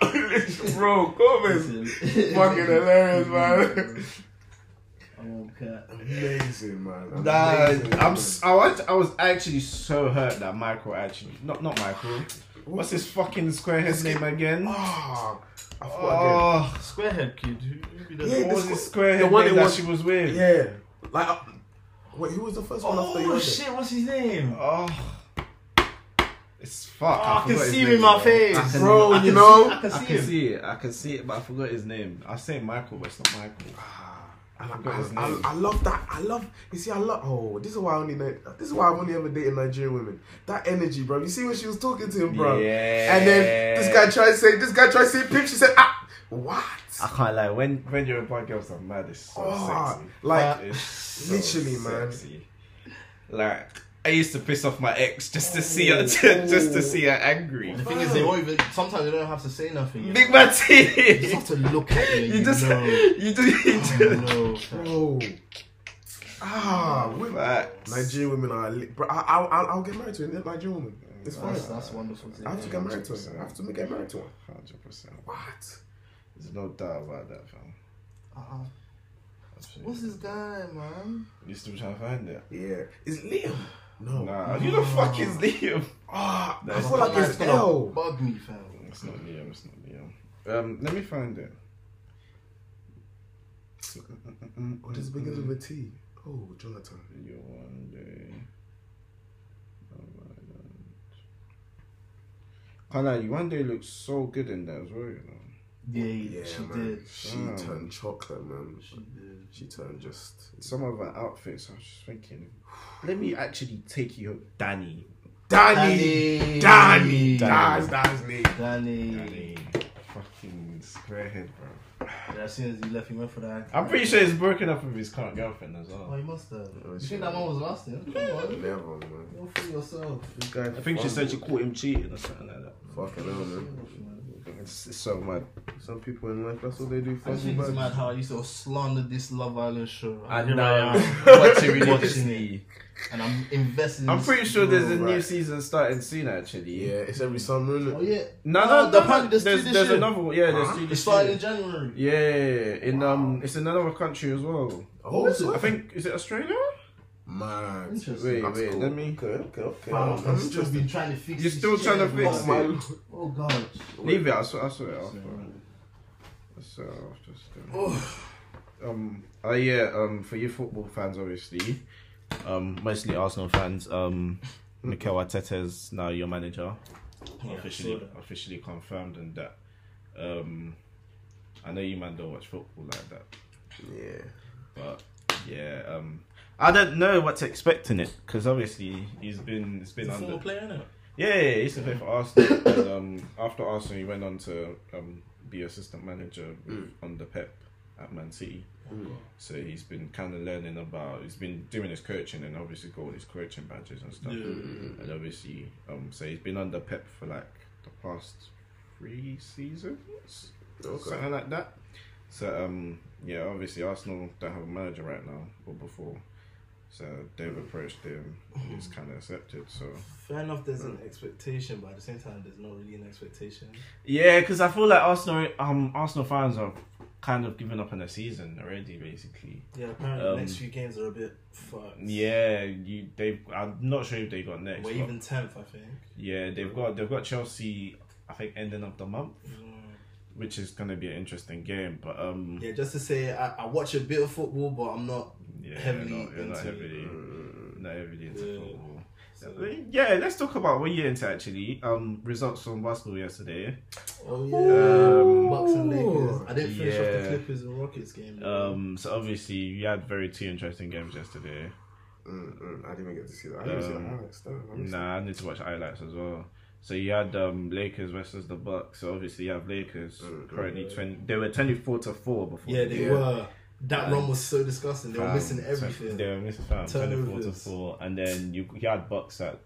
Speaker 3: crazy.
Speaker 4: Bro, Gomez. Fucking hilarious, man.
Speaker 3: I won't care.
Speaker 4: Amazing, man.
Speaker 5: Nah,
Speaker 4: Amazing,
Speaker 5: I'm.
Speaker 4: man.
Speaker 5: s- I was. I was actually so hurt that Michael actually. Not not Michael. What's his fucking squarehead's name again?
Speaker 3: Oh,
Speaker 4: Ah, I forgot
Speaker 5: Oh,
Speaker 3: Squarehead kid. Who, who does
Speaker 4: Yeah,
Speaker 5: what
Speaker 4: this
Speaker 5: was
Speaker 4: one-
Speaker 5: his squarehead
Speaker 4: the one
Speaker 5: name
Speaker 4: it
Speaker 5: that
Speaker 4: was-
Speaker 5: she was with?
Speaker 4: again. Yeah. Like, uh, wait, who was the first one after you?
Speaker 3: Oh
Speaker 4: was it?
Speaker 3: shit! What's his name?
Speaker 5: Oh, it's fuck.
Speaker 3: Ah, I can
Speaker 5: forgot his
Speaker 3: see him
Speaker 5: name,
Speaker 3: in my
Speaker 5: bro.
Speaker 3: face.
Speaker 5: I can,
Speaker 4: Bro,
Speaker 3: I
Speaker 4: you
Speaker 3: can
Speaker 4: know.
Speaker 3: see, Oh, I can
Speaker 5: I
Speaker 3: see
Speaker 5: can
Speaker 3: him.
Speaker 5: see it. I can see it, but I forgot his name. I say Michael, but it's not Michael.
Speaker 4: And I,
Speaker 5: forgot his
Speaker 4: I- I-
Speaker 5: name.
Speaker 4: I love that. I love. You see, I love. Oh, this is why I only. know- This is why I've only ever dated Nigerian women. That energy, bro. You see when she was talking to him, bro.
Speaker 5: Yeah.
Speaker 4: And then this guy tried to say. This guy tried to say pimp. She said, ah, what?
Speaker 5: I can't lie. When when European girls are
Speaker 3: Ah,
Speaker 5: mad, it's so
Speaker 4: Oh,
Speaker 5: sexy.
Speaker 4: like,
Speaker 5: It's so
Speaker 4: literally, man.
Speaker 5: sexy. Like
Speaker 2: I used to piss off my ex just to see her, just to see her angry.
Speaker 3: The thing is, they won't even. Sometimes they don't have to say nothing. You, know?
Speaker 2: Big man
Speaker 3: You
Speaker 2: teeth.
Speaker 3: just have to look at me.
Speaker 2: You just,
Speaker 3: know.
Speaker 2: you do, you
Speaker 3: You
Speaker 2: do.
Speaker 3: know.
Speaker 4: Bro. Ah, women.
Speaker 2: Facts.
Speaker 4: Nigerian women are. Li- bro, I, I'll, I'll, I'll get married to a Nigerian woman. It's fine.
Speaker 3: That's, that's wonderful.
Speaker 4: I have to get married to her. I have to get married to her.
Speaker 2: 100%.
Speaker 4: What?
Speaker 2: There's no doubt about that, fam.
Speaker 3: Uh-uh. What's this guy, man?
Speaker 2: You still trying to find it?
Speaker 4: Yeah. Is it Liam? No.
Speaker 2: Nah, you the fuck is Liam?
Speaker 4: Ah, I
Speaker 2: it's
Speaker 4: feel
Speaker 2: not
Speaker 4: like it's
Speaker 3: gonna
Speaker 4: L.
Speaker 3: bug me, fam.
Speaker 2: It's not Liam. It's not Liam. Um, let me find it.
Speaker 4: Oh, this begins with a T. Oh, Jonathan.
Speaker 2: You one day. Kala, you one day looks so good in that as well, you know.
Speaker 3: Yeah,
Speaker 4: Yeah,
Speaker 3: she
Speaker 4: man.
Speaker 3: did.
Speaker 4: She
Speaker 2: Damn.
Speaker 4: turned chocolate, man.
Speaker 3: She did.
Speaker 4: She turned just.
Speaker 2: Some of her outfits, I was just thinking, let me actually take you, Danny.
Speaker 4: Danny! Danny!
Speaker 3: Danny!
Speaker 4: Danny! Danny!
Speaker 3: Danny.
Speaker 2: Fucking squarehead, bro.
Speaker 3: Yeah, As soon as he left, he went for that.
Speaker 2: I'm pretty sure he's broken up with his current girlfriend as
Speaker 3: Oh,
Speaker 2: well.
Speaker 3: he must have. you
Speaker 4: shit.
Speaker 3: think that one was lasting? Come on.
Speaker 4: Never, man.
Speaker 3: Go for yourself.
Speaker 4: This guy.
Speaker 2: I think she said she caught him cheating or something like that.
Speaker 4: Fucking hell, man.
Speaker 2: It's, it's so mad.
Speaker 4: Some people in life, that's all they do.
Speaker 3: I just think
Speaker 4: Fucking
Speaker 3: it's mad
Speaker 4: bad.
Speaker 3: how I used to slander this Love Island show.
Speaker 2: And
Speaker 3: here
Speaker 2: now
Speaker 3: I am,
Speaker 2: watching
Speaker 3: watching
Speaker 2: religiously.
Speaker 3: it, and I'm invested. In
Speaker 2: I'm
Speaker 3: this
Speaker 2: pretty sure there's a
Speaker 3: show.
Speaker 2: new
Speaker 4: Right.
Speaker 2: season starting soon, actually.
Speaker 4: Yeah, it's every summer,
Speaker 3: Oh
Speaker 4: innit?
Speaker 3: yeah.
Speaker 2: No, no, the
Speaker 3: no,
Speaker 2: pun-
Speaker 3: there's
Speaker 2: there's,
Speaker 3: two
Speaker 2: there's,
Speaker 3: this year.
Speaker 2: another one. Yeah, there's
Speaker 4: Huh?
Speaker 2: two
Speaker 3: It
Speaker 2: this
Speaker 3: started
Speaker 2: year.
Speaker 3: in January.
Speaker 2: Yeah, in um, it's in another country as well.
Speaker 4: Oh, it's
Speaker 2: I think is it Australia?
Speaker 4: mad.
Speaker 3: Interesting.
Speaker 2: Wait,
Speaker 4: That's
Speaker 2: wait,
Speaker 4: cool.
Speaker 2: let me.
Speaker 4: Okay, okay, okay.
Speaker 3: Wow,
Speaker 4: I'm
Speaker 3: I've still
Speaker 4: interested.
Speaker 3: been trying to fix.
Speaker 2: You're
Speaker 3: this
Speaker 2: still trying to
Speaker 3: shit,
Speaker 2: fix
Speaker 3: man.
Speaker 4: Oh, my
Speaker 2: it.
Speaker 4: lord.
Speaker 3: Oh god.
Speaker 2: Leave it. I swear, I swear it after. I swear it after. it's done. Um. Oh yeah. Um. For you football fans, obviously, um, mostly Arsenal fans, um, Mikel Arteta is now your manager.
Speaker 3: Yeah,
Speaker 2: officially,
Speaker 3: I saw that.
Speaker 2: officially confirmed, and that. Um, I know you man don't watch football like that,
Speaker 4: Yeah.
Speaker 2: but yeah. Um, I don't know what to expect in it because obviously he's been it's been
Speaker 3: He's a
Speaker 2: under
Speaker 3: former player, innit?
Speaker 2: yeah, yeah, he used to play for Arsenal. and, um, after Arsenal, he went on to um, be assistant manager with under Pep at Man City. So he's been kind of learning about. He's been doing his coaching and obviously got all his coaching badges and stuff. And obviously, um, so he's been under Pep for like the past three seasons,
Speaker 4: Okay.
Speaker 2: something like that. So um, yeah, obviously Arsenal don't have a manager right now or before. So they've approached him. and He's kind of accepted. So.
Speaker 3: Fair enough. There's an expectation, but at the same time, there's not really an expectation.
Speaker 2: Yeah, because I feel like Arsenal, um, Arsenal fans are kind of giving up on the season already, basically.
Speaker 3: Yeah, apparently
Speaker 2: Um,
Speaker 3: the next few games are a bit fucked.
Speaker 2: Yeah, you they. I'm not sure if they got next.
Speaker 3: we're
Speaker 2: but
Speaker 3: even tenth, I think.
Speaker 2: yeah, they've got they've got Chelsea. I think ending of the month,
Speaker 3: Mm.
Speaker 2: which is gonna be an interesting game. But um,
Speaker 3: Yeah, just to say, I, I watch a bit of football, but I'm not.
Speaker 2: yeah,
Speaker 3: heavily
Speaker 2: you're not, you're not
Speaker 3: into-
Speaker 2: heavily,
Speaker 4: Mm,
Speaker 2: not heavily into
Speaker 3: Yeah.
Speaker 2: football.
Speaker 3: So-
Speaker 2: Yeah, let's talk about what you're into actually. Um, results from basketball yesterday.
Speaker 3: Oh yeah,
Speaker 2: Um,
Speaker 3: Bucks and Lakers. I didn't finish off
Speaker 2: yeah.
Speaker 3: the Clippers and Rockets game. though.
Speaker 2: Um, so obviously you had very two interesting games yesterday.
Speaker 4: Mm, mm, I didn't even get to see that. I didn't see the
Speaker 2: Um,
Speaker 4: highlights. Damn, I missed it.
Speaker 2: Nah, I need to watch highlights as well. So you had um, Lakers versus the Bucks. So obviously you have Lakers currently twenty. They were twenty four to four before.
Speaker 3: yeah, they
Speaker 4: Mm, yeah.
Speaker 3: were. That
Speaker 2: Um,
Speaker 3: run was so disgusting. They were
Speaker 2: Um,
Speaker 3: missing
Speaker 2: so
Speaker 3: everything.
Speaker 2: They were missing foul, twenty four to
Speaker 3: Turnovers.
Speaker 2: four, and then you, you had Bucks at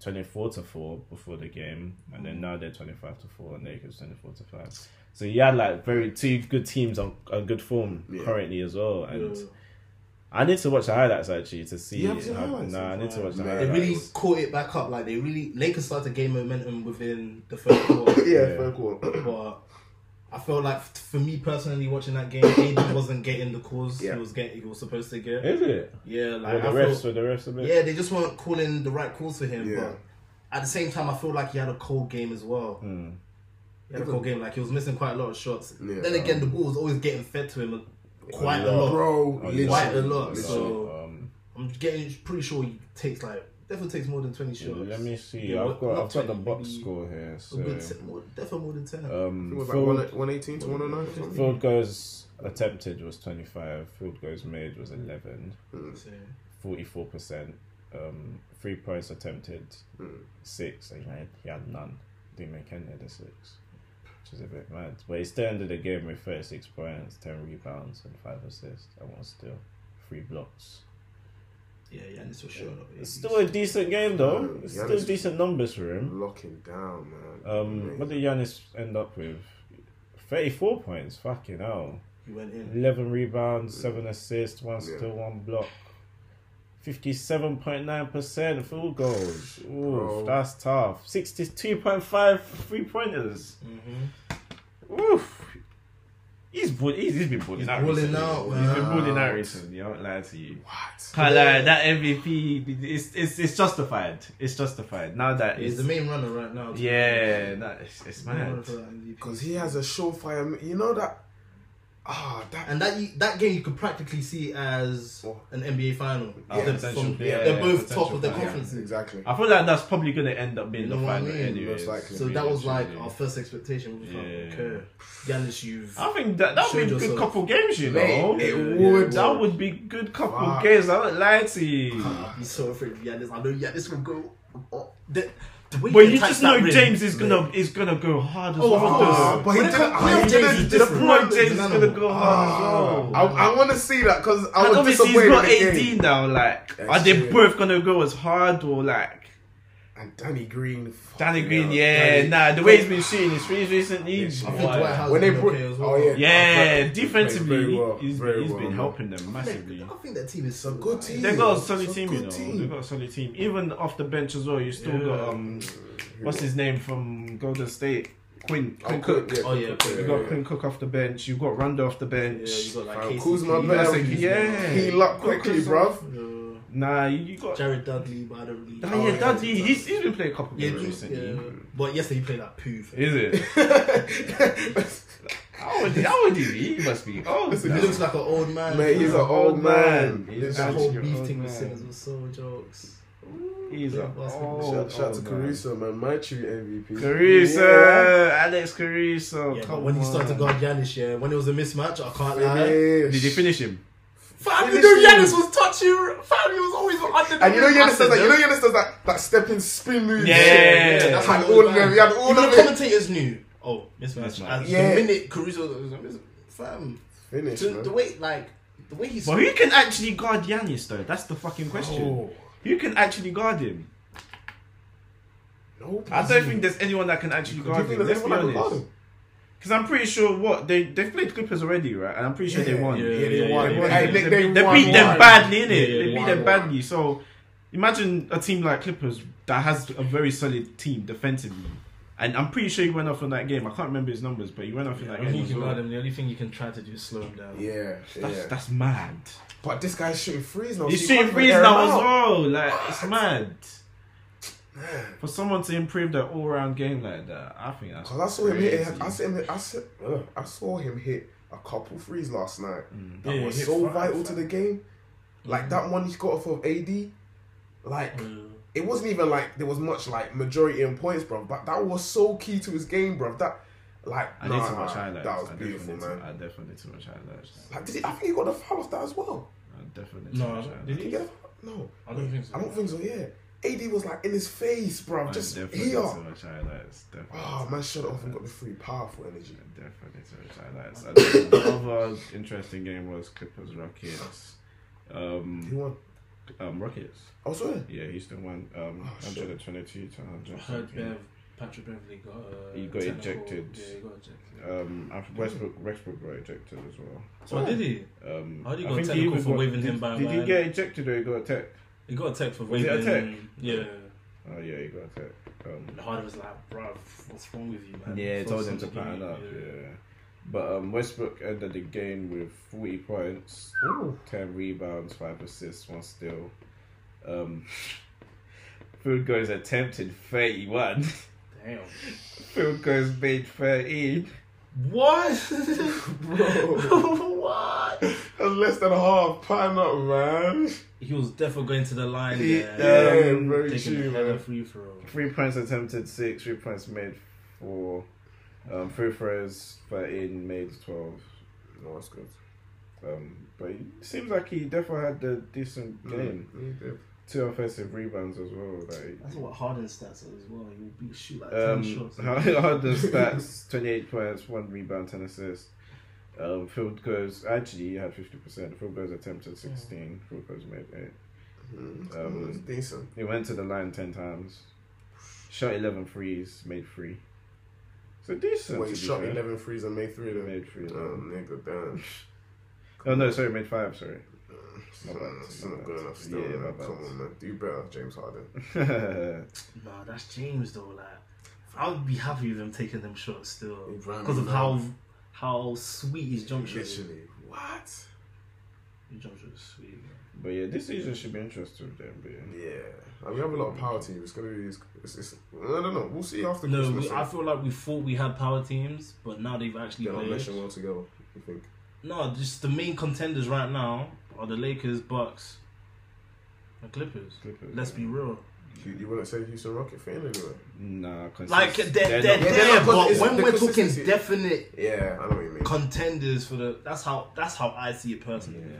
Speaker 2: twenty four to four before the game, and
Speaker 3: Mm.
Speaker 2: then now they're twenty five to four, and Lakers twenty four to five. So you had like very two good teams on, on good form
Speaker 4: Yeah.
Speaker 2: currently as well, and
Speaker 3: Yeah.
Speaker 2: I need to watch the highlights actually to see.
Speaker 4: You haven't seen the
Speaker 2: how-
Speaker 4: highlights?
Speaker 2: nah, I need to watch the
Speaker 4: Man.
Speaker 3: They
Speaker 2: highlights.
Speaker 3: really caught it back up. Like they really Lakers started to gain momentum within the first quarter,
Speaker 4: Yeah,
Speaker 2: Yeah.
Speaker 4: fair call.
Speaker 3: but I felt like for me personally watching that game, AD wasn't getting the calls
Speaker 4: Yeah.
Speaker 3: he was getting. He was supposed to get.
Speaker 2: Is it?
Speaker 3: Yeah, like
Speaker 2: Were the
Speaker 3: I
Speaker 2: refs?
Speaker 3: felt-
Speaker 2: Were the refs a bit?
Speaker 3: yeah, they just weren't calling the right calls for him.
Speaker 4: Yeah.
Speaker 3: But at the same time, I feel like he had a cold game as well.
Speaker 2: Hmm.
Speaker 3: He had a cold game. Like he was missing quite a lot of shots.
Speaker 4: Yeah.
Speaker 3: then again, the ball was always getting fed to him uh, quite a lot.
Speaker 4: Bro,
Speaker 2: Oh,
Speaker 4: literally.
Speaker 2: yeah.
Speaker 3: Quite a lot.
Speaker 4: Literally.
Speaker 3: So
Speaker 2: Um,
Speaker 3: I'm getting pretty sure he takes like definitely takes more than twenty shots.
Speaker 2: let me see.
Speaker 3: Yeah,
Speaker 2: I've
Speaker 3: well,
Speaker 2: got I've got the
Speaker 3: not
Speaker 2: box
Speaker 3: 20,
Speaker 2: score here.
Speaker 3: A good
Speaker 2: So
Speaker 3: ten- more- definitely more than ten.
Speaker 4: It
Speaker 2: um,
Speaker 4: was like
Speaker 2: field,
Speaker 4: 1- 118 to 109 or something.
Speaker 2: field goals attempted was twenty five. Field goals made was eleven.
Speaker 3: So,
Speaker 2: Forty four percent. Um, three points attempted
Speaker 3: Hmm.
Speaker 2: six, and he had, he had none. Didn't make any of the six, which is a bit mad. But he still ended the game with thirty six points, ten rebounds, and five assists, and one steal, three blocks.
Speaker 3: Yeah, yeah, and it's for sure.
Speaker 2: It's still a decent game
Speaker 3: Hmm,
Speaker 2: though. It's still
Speaker 4: Giannis-
Speaker 2: decent numbers for him.
Speaker 4: Lock him down, man.
Speaker 2: Um, what did Giannis end up with? Thirty-four points. Fucking hell.
Speaker 3: He went in.
Speaker 2: Eleven rebounds, seven assists, one
Speaker 4: Yeah.
Speaker 2: steal, one block. Fifty-seven point nine percent field goals. Ooh,
Speaker 4: Bro.
Speaker 2: that's tough. Sixty-two point five three pointers. Oof. He's bull- he's, he's been bullying out.
Speaker 3: Mm-hmm. balling
Speaker 2: recently.
Speaker 3: out,
Speaker 2: He's been
Speaker 3: man.
Speaker 2: bullying out recently. I won't lie to you.
Speaker 4: What?
Speaker 2: Can't lie, that MVP it's, it's it's justified. It's justified now that
Speaker 3: He's
Speaker 2: it's,
Speaker 3: the main runner right now.
Speaker 2: yeah, nah, it's, it's
Speaker 3: Main runner
Speaker 2: mad.
Speaker 3: for that MVP.
Speaker 4: Because he has a surefire. You know that. Ah, that.
Speaker 3: And that you, that game you could practically see as
Speaker 4: Oh.
Speaker 3: an NBA final.
Speaker 2: Oh,
Speaker 3: They're
Speaker 2: potential
Speaker 3: from-
Speaker 2: player,
Speaker 3: they're
Speaker 2: yeah,
Speaker 3: both
Speaker 2: potential
Speaker 3: top of their
Speaker 2: player.
Speaker 3: conferences.
Speaker 4: Exactly.
Speaker 2: I feel like that's probably gonna end up being
Speaker 3: You know
Speaker 2: the
Speaker 3: what I
Speaker 2: final
Speaker 3: mean?
Speaker 2: anyway.
Speaker 4: Most likely.
Speaker 3: So that was like
Speaker 2: Really.
Speaker 3: our first expectation. We
Speaker 2: Yeah.
Speaker 3: yeah. okay. Giannis, you've
Speaker 2: I think that that
Speaker 3: Showed
Speaker 2: would be a good
Speaker 3: yourself.
Speaker 2: couple games, you know.
Speaker 4: Mate, it would.
Speaker 2: That would be good couple
Speaker 4: Fuck.
Speaker 2: games. I won't lie to you.
Speaker 4: Ah.
Speaker 3: I'd be so afraid of Giannis. I know Giannis will go. Oh, the, the way
Speaker 2: But
Speaker 3: he
Speaker 2: you
Speaker 3: attacks
Speaker 2: just
Speaker 3: that
Speaker 2: know
Speaker 3: rim,
Speaker 2: James is
Speaker 3: mate.
Speaker 2: gonna is gonna go hard as
Speaker 3: Oh, of
Speaker 2: well.
Speaker 3: course.
Speaker 2: though.
Speaker 4: but he
Speaker 3: When it
Speaker 4: did.
Speaker 3: comes- when
Speaker 4: ah,
Speaker 3: it
Speaker 4: he
Speaker 3: comes to
Speaker 4: did.
Speaker 3: the
Speaker 4: The
Speaker 2: Boy,
Speaker 3: point-
Speaker 4: point.
Speaker 2: James is gonna go hard as
Speaker 4: Ah, I,
Speaker 2: well.
Speaker 4: I want to see that because I
Speaker 2: And
Speaker 4: was
Speaker 2: obviously he's
Speaker 4: disappointed.
Speaker 2: got
Speaker 4: in the
Speaker 2: 18
Speaker 4: game.
Speaker 2: now. Like,
Speaker 4: That's
Speaker 2: are they
Speaker 4: true.
Speaker 2: both gonna go as hard or like?
Speaker 4: And Danny Green. fucking
Speaker 2: Danny Green,
Speaker 4: hell,
Speaker 2: yeah,
Speaker 4: Danny-
Speaker 2: nah. The way he's been shooting his threes recently,
Speaker 3: I think Dwight
Speaker 2: boy.
Speaker 3: Howard's
Speaker 4: When they
Speaker 3: been
Speaker 4: brought-
Speaker 3: okay as
Speaker 4: oh, yeah.
Speaker 2: yeah,
Speaker 4: Played very
Speaker 2: defensively,
Speaker 4: well,
Speaker 2: he's,
Speaker 4: very
Speaker 2: he's
Speaker 4: well,
Speaker 2: been
Speaker 4: man.
Speaker 2: helping them
Speaker 3: Mate,
Speaker 2: massively.
Speaker 3: I think that team is so
Speaker 4: Good team.
Speaker 2: They've got a
Speaker 4: It's
Speaker 2: solid
Speaker 4: a
Speaker 2: team, you
Speaker 4: good
Speaker 2: know.
Speaker 4: team.
Speaker 2: They've got a solid team. Even off the bench as well, you still
Speaker 3: Yeah.
Speaker 2: got um, what's his name from Golden State, Quinn.
Speaker 4: Oh,
Speaker 2: Quinn Cook.
Speaker 4: yeah,
Speaker 3: Oh, yeah,
Speaker 4: Cook,
Speaker 2: You got Quinn Cook off the bench. You've got Rondo off the bench.
Speaker 3: Yeah, you got like
Speaker 4: Fam,
Speaker 3: KCP,
Speaker 4: Kuzma,
Speaker 3: you
Speaker 4: man,
Speaker 3: got
Speaker 2: like,
Speaker 3: Kuzma,
Speaker 2: yeah.
Speaker 4: Heal up quickly, bruv.
Speaker 3: uh,
Speaker 2: Nah, you you got.
Speaker 3: Jared Dudley, but I don't really.
Speaker 2: Oh, yeah,
Speaker 4: yeah,
Speaker 2: Dudley. He's he's been playing a couple
Speaker 3: Yeah,
Speaker 2: games recently.
Speaker 3: yeah. But yesterday he played that poo. thing.
Speaker 2: Is it? How old, how old is he? He must be old.
Speaker 3: He looks like an old man.
Speaker 4: Mate, he's an old man.
Speaker 2: He's
Speaker 3: That
Speaker 2: an
Speaker 3: whole
Speaker 2: old
Speaker 3: beef thing
Speaker 2: man.
Speaker 3: with Simmons was so jokes.
Speaker 2: He's
Speaker 3: Yeah,
Speaker 2: an
Speaker 3: that's good.
Speaker 2: old,
Speaker 4: Shout, shout to
Speaker 2: old Oh, man.
Speaker 4: Caruso, man. My true MVP.
Speaker 2: Caruso, Alex
Speaker 4: Oh,
Speaker 2: Caruso.
Speaker 3: Yeah, but
Speaker 2: come
Speaker 3: when he
Speaker 2: on.
Speaker 3: started to guard Giannis, yeah, when it was a mismatch, I can't
Speaker 4: Yeah.
Speaker 3: lie.
Speaker 2: Did he finish him?
Speaker 3: Fam, you
Speaker 4: Finish
Speaker 3: know
Speaker 4: him.
Speaker 3: Giannis was touching. Fam, he was always under the
Speaker 4: And you know
Speaker 3: rim. I
Speaker 4: Giannis
Speaker 3: said,
Speaker 4: does that. You know
Speaker 3: "Nope."
Speaker 4: Giannis does that. That stepping spin move.
Speaker 2: Yeah.
Speaker 3: Yeah, that's
Speaker 4: Had
Speaker 3: how
Speaker 4: all of them. He had all
Speaker 3: Even
Speaker 4: of
Speaker 3: the
Speaker 4: it.
Speaker 3: commentators knew. Oh, mismatch.
Speaker 2: Mismatch.
Speaker 3: And
Speaker 4: Yeah.
Speaker 3: The minute Caruso was a mis- fam,
Speaker 4: Finish,
Speaker 3: the,
Speaker 4: man.
Speaker 3: the way like the way he.
Speaker 2: But who can actually guard Yanis though? That's the fucking question.
Speaker 4: Oh.
Speaker 2: Who can actually guard him?
Speaker 4: Nobody.
Speaker 2: I don't think there's anyone that can actually
Speaker 4: Do you
Speaker 2: guard
Speaker 4: think
Speaker 2: him.
Speaker 4: there's
Speaker 2: Let's be
Speaker 4: anyone that can guard
Speaker 2: honest.
Speaker 4: him?
Speaker 2: Because I'm pretty sure what they they've played Clippers already, right? And I'm pretty sure they
Speaker 4: Yeah,
Speaker 2: won.
Speaker 4: yeah,
Speaker 3: they won.
Speaker 2: They,
Speaker 3: Hey,
Speaker 4: they-
Speaker 2: they-
Speaker 4: they
Speaker 2: they
Speaker 4: won,
Speaker 2: beat
Speaker 4: won.
Speaker 2: them badly, innit?
Speaker 3: Yeah, yeah,
Speaker 2: they beat
Speaker 4: won,
Speaker 2: them
Speaker 4: won.
Speaker 2: badly. So imagine a team like Clippers that has a very solid team defensively. And I'm pretty sure he went off in that game. I can't remember his numbers, but he went off in that
Speaker 3: I
Speaker 2: game.
Speaker 3: think
Speaker 2: As
Speaker 3: you can guard
Speaker 2: well.
Speaker 3: him. The only thing you can try to do is slow him down.
Speaker 4: Yeah,
Speaker 2: That's
Speaker 4: yeah.
Speaker 2: that's mad.
Speaker 4: But this guy's shooting threes now.
Speaker 2: He's
Speaker 4: so you
Speaker 2: shooting
Speaker 4: can't
Speaker 2: threes
Speaker 4: even air
Speaker 2: now
Speaker 4: him
Speaker 2: as
Speaker 4: out.
Speaker 2: well. Like it's mad. For someone to improve their all-round game like that, I think that's.
Speaker 4: Cause I saw him
Speaker 2: crazy.
Speaker 4: hit. I saw him. hit- I saw, ugh, I saw him hit a couple threes last night. That
Speaker 3: Yeah, he
Speaker 4: was
Speaker 3: hit
Speaker 4: so
Speaker 3: five,
Speaker 4: vital to
Speaker 3: fam.
Speaker 4: the game. Like
Speaker 2: Mm.
Speaker 4: that one he got off of AD. Like
Speaker 3: Uh,
Speaker 4: it wasn't even like there was much like majority in points, bro. But that was so key to his game, bro. That like
Speaker 2: I
Speaker 4: nah,
Speaker 2: need to watch
Speaker 4: nah,
Speaker 2: highlights.
Speaker 4: That was
Speaker 2: I definitely
Speaker 4: beautiful,
Speaker 2: need to-
Speaker 4: man.
Speaker 2: I definitely need to watch highlights.
Speaker 4: Like, did he, I think he got the foul off that as well.
Speaker 2: I definitely need to
Speaker 3: No,
Speaker 2: watch
Speaker 3: did
Speaker 2: highlights.
Speaker 4: Did he get a foul? No,
Speaker 3: I don't think so.
Speaker 4: I don't think so. Yeah, AD was like in his face, bro.
Speaker 2: I
Speaker 4: Just
Speaker 2: definitely need
Speaker 4: here.
Speaker 2: to watch highlights. Definitely.
Speaker 4: Oh man, shut off and got the free powerful energy.
Speaker 2: Definitely to watch highlights. And then the other interesting game was Clippers Rockets.
Speaker 4: He
Speaker 2: Um,
Speaker 4: won. Oh,
Speaker 2: um, Rockets.
Speaker 4: I swear.
Speaker 2: Yeah, Houston won. Um,
Speaker 4: Oh, shit.
Speaker 2: 122 to
Speaker 8: I heard
Speaker 2: 100.
Speaker 8: Bev, Patrick Beverly got. Uh,
Speaker 2: He got
Speaker 8: technical-
Speaker 2: ejected.
Speaker 8: Yeah, he got ejected.
Speaker 2: Um, I- Westbrook, Westbrook got ejected as well.
Speaker 8: So did he?
Speaker 2: Um,
Speaker 8: How do you
Speaker 2: I
Speaker 8: got
Speaker 2: think he
Speaker 8: technical
Speaker 2: even
Speaker 8: for waving
Speaker 2: did,
Speaker 8: him by a
Speaker 2: Did he
Speaker 8: man?
Speaker 2: get ejected or he got a tech?
Speaker 8: He got a tech for
Speaker 2: Was it
Speaker 8: waving.
Speaker 2: a
Speaker 8: Yeah.
Speaker 2: Oh yeah, he got a tech. Um,
Speaker 8: And Harden was like, "Bruv, what's wrong with you, man?"
Speaker 2: Yeah,
Speaker 8: Throw
Speaker 2: told him to
Speaker 8: something in,
Speaker 2: pattern up.
Speaker 8: yeah.
Speaker 2: Yeah. But um, Westbrook ended the game with 40 points, 10 rebounds, 5 assists, 1 steal. Um, Food Goes attempted 31.
Speaker 8: Damn.
Speaker 2: Food Goes made 13.
Speaker 4: Bro. what? That's less than a half pint up, man.
Speaker 8: He was definitely going to the line there.
Speaker 4: Yeah,
Speaker 2: Um,
Speaker 4: very
Speaker 8: Taking
Speaker 4: true,
Speaker 8: a hella
Speaker 4: man.
Speaker 8: free throw.
Speaker 2: 3 points attempted, 6. 3 points made, 4. Um, free throws, 13, made 12.
Speaker 4: No, that's good.
Speaker 2: Um, but it seems like he definitely had a decent
Speaker 4: Mm,
Speaker 3: Hmm.
Speaker 2: game. Two offensive rebounds as well. Like,
Speaker 3: That's what Harden's stats are as well. He will be shoot like ten
Speaker 2: Um,
Speaker 3: shots.
Speaker 2: Harden stats 28 points, one rebound, 10 assists.
Speaker 3: Hmm.
Speaker 2: Um, field goals actually he had 50%. Field goals attempted 16. Field goals made 8. Um,
Speaker 4: It's Mm, decent.
Speaker 2: He went to the line ten times, shot 11 threes, made three. So decent.
Speaker 4: Wait,
Speaker 2: to
Speaker 4: he
Speaker 2: be
Speaker 4: shot
Speaker 2: fair.
Speaker 4: 11 threes and made three of them.
Speaker 2: Made three,
Speaker 4: Oh,
Speaker 2: um,
Speaker 4: nigga, damn.
Speaker 2: Oh no, sorry, made five. Sorry.
Speaker 4: It's
Speaker 2: My
Speaker 4: not,
Speaker 2: bad,
Speaker 4: it's
Speaker 2: my
Speaker 4: not
Speaker 2: bad.
Speaker 4: good enough still,
Speaker 2: Yeah, my
Speaker 4: man.
Speaker 2: bad.
Speaker 4: Come on, man. Do better, James Harden.
Speaker 9: Nah, that's James though. Like, I would be happy with him taking them shots still
Speaker 4: He'd run
Speaker 9: because of
Speaker 4: around.
Speaker 9: how how sweet his jump shot is.
Speaker 4: Literally. What?
Speaker 9: His jump shot is sweet. Man.
Speaker 2: but yeah, this season should be interesting with the NBA.
Speaker 4: Yeah. And we have a lot of power team. It's going to be... It's, it's, it's, I don't know. We'll see after
Speaker 3: No,
Speaker 4: Christmas.
Speaker 3: we, I feel like we thought we had power teams, but now they've actually
Speaker 4: They're not
Speaker 3: played.
Speaker 4: meshing well together, you think?
Speaker 3: No, just the main contenders right now are the Lakers, Bucks, and Clippers.
Speaker 2: Clippers,
Speaker 3: Let's be real.
Speaker 4: You, you wouldn't say Houston Rocket fan anyway.
Speaker 2: Nah, consist-
Speaker 9: Like they're, they're,
Speaker 2: not-
Speaker 4: they're
Speaker 9: there,
Speaker 4: not
Speaker 9: but
Speaker 4: consistent.
Speaker 9: when
Speaker 4: The
Speaker 9: we're talking
Speaker 4: consistency-
Speaker 9: definite
Speaker 4: Yeah, I know what you mean.
Speaker 9: contenders for the, that's how that's how I see it personally.
Speaker 2: Yeah.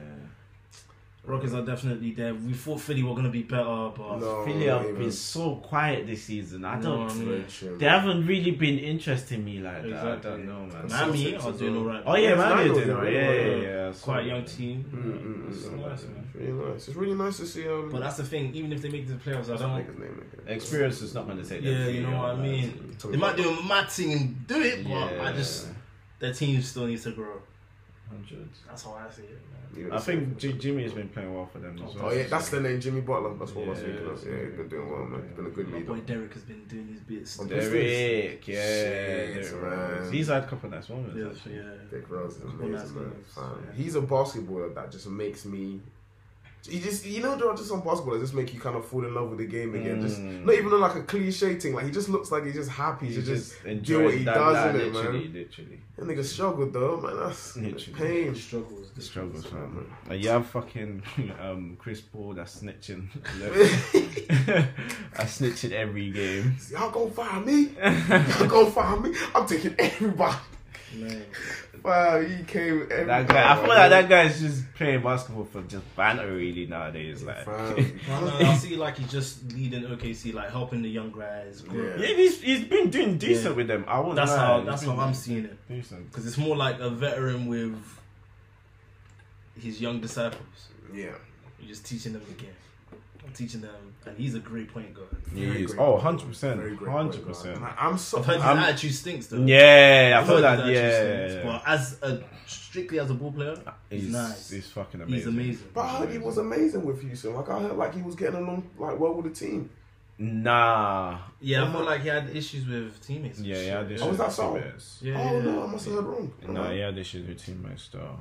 Speaker 3: Rockets are definitely there. We thought Philly were gonna be better, but
Speaker 2: Oh,
Speaker 4: No,
Speaker 10: Philly
Speaker 4: not
Speaker 10: have
Speaker 4: even.
Speaker 10: been so quiet this season. I
Speaker 3: No,
Speaker 10: don't.
Speaker 3: I mean-
Speaker 4: Very chill.
Speaker 10: They haven't really been interesting me like that. I
Speaker 3: Exactly.
Speaker 10: don't know, man.
Speaker 3: Miami
Speaker 4: Celtics
Speaker 3: are
Speaker 4: as
Speaker 3: doing
Speaker 4: well.
Speaker 3: alright.
Speaker 10: Oh yeah, man,
Speaker 4: Miami
Speaker 10: they're
Speaker 4: was
Speaker 10: doing
Speaker 4: doing
Speaker 10: right. Yeah,
Speaker 4: really
Speaker 10: yeah,
Speaker 4: well.
Speaker 10: yeah. I saw
Speaker 3: quite a
Speaker 10: that.
Speaker 3: young team.
Speaker 4: Mm, mm,
Speaker 3: It's
Speaker 4: mm.
Speaker 3: nice, man.
Speaker 4: Really nice. It's really nice to see. Um,
Speaker 3: But that's the thing. Even if they make the playoffs, I don't.
Speaker 4: nigga's name again.
Speaker 2: Experience is not going to take. them
Speaker 3: Yeah,
Speaker 2: through,
Speaker 3: you know what I
Speaker 2: man.
Speaker 3: mean.
Speaker 4: Talking
Speaker 9: They might
Speaker 4: about-
Speaker 9: do a mad thing and do it, but I
Speaker 2: Yeah.
Speaker 9: just their team still needs to grow.
Speaker 2: 100.
Speaker 3: That's how I see it. Man.
Speaker 4: you know,
Speaker 2: I think G- Jimmy has been playing well for them as well.
Speaker 4: Oh yeah, that's the name, Jimmy Butler. That's what I was
Speaker 2: Yeah,
Speaker 4: thinking of.
Speaker 2: yeah.
Speaker 4: Yeah, he's been doing well, man. He's been a good
Speaker 3: My
Speaker 4: leader.
Speaker 3: boy Derek has been doing his bits.
Speaker 4: On Pistons,
Speaker 2: Derek, yeah,
Speaker 4: Shit,
Speaker 2: Derrick
Speaker 4: man.
Speaker 2: Rose. He's had a couple nice moments.
Speaker 3: Yeah,
Speaker 2: actually.
Speaker 3: yeah.
Speaker 4: Derrick Rose is amazing,
Speaker 3: that's
Speaker 4: man.
Speaker 3: nice.
Speaker 4: Fam, He's a basketballer that just makes me. He just, you know, there are just some basketballers just make you kind of fall in love with the game again. Just
Speaker 2: Mm.
Speaker 4: not even like a cliche thing. Like he just looks like he's just happy.
Speaker 2: He
Speaker 4: to just,
Speaker 2: just
Speaker 4: do what
Speaker 2: enjoys
Speaker 4: he
Speaker 2: that
Speaker 4: does
Speaker 2: life,
Speaker 4: in it,
Speaker 2: literally,
Speaker 4: man.
Speaker 2: literally.
Speaker 4: That nigga struggled though, man. That's that's
Speaker 2: Literally.
Speaker 4: pain.
Speaker 3: Struggles.
Speaker 2: The
Speaker 3: This
Speaker 2: struggles, man. Like, you have Uh, fucking um, Chris Paul that's snitching. I snitching every game.
Speaker 4: Y'all gonna find me? Y'all gonna find me? I'm taking everybody.
Speaker 3: man.
Speaker 4: Wow, he came. Every
Speaker 2: That guy, I feel like that guy is just playing basketball for just banter really nowadays. Like,
Speaker 4: Fam.
Speaker 3: I, don't know, I see like he's just leading OKC, like helping the young guys grow.
Speaker 4: Yeah.
Speaker 2: yeah, he's, he's been doing decent
Speaker 3: Yeah.
Speaker 2: with them. I won't
Speaker 3: That's
Speaker 2: lie.
Speaker 3: how
Speaker 2: He's
Speaker 3: that's
Speaker 2: been
Speaker 3: how I'm seeing it.
Speaker 2: Decent.
Speaker 3: Because it's more like a veteran with his young disciples.
Speaker 4: Yeah.
Speaker 3: You're just teaching them the game. I'm teaching them, and he's a great point guard.
Speaker 2: He
Speaker 4: Very
Speaker 2: is.
Speaker 4: great
Speaker 2: Oh,
Speaker 4: point guard.
Speaker 2: 100%.
Speaker 4: Very great point guard.
Speaker 2: 100%.
Speaker 4: And I- I'm so.
Speaker 3: I've heard his
Speaker 2: I'm-
Speaker 3: attitude stinks though.
Speaker 2: Um, Yeah, I
Speaker 3: I've
Speaker 2: feel
Speaker 3: heard
Speaker 2: that.
Speaker 3: his attitude
Speaker 2: Yeah,
Speaker 3: stinks, But as a strictly as a ball player,
Speaker 2: he's,
Speaker 3: he's, nice.
Speaker 2: He's fucking amazing.
Speaker 3: he's amazing.
Speaker 4: But I heard he was amazing with Houston. Like I heard, like he was getting along like well with the team.
Speaker 2: Nah,
Speaker 3: Yeah, I feel like he had issues with teammates. and
Speaker 2: yeah,
Speaker 3: shit.
Speaker 2: yeah. This
Speaker 4: Oh,
Speaker 2: is
Speaker 4: is that so?
Speaker 2: Bears.
Speaker 3: Yeah,
Speaker 4: oh
Speaker 3: yeah,
Speaker 4: no, I must have heard wrong.
Speaker 2: No, yeah, this is with teammates though.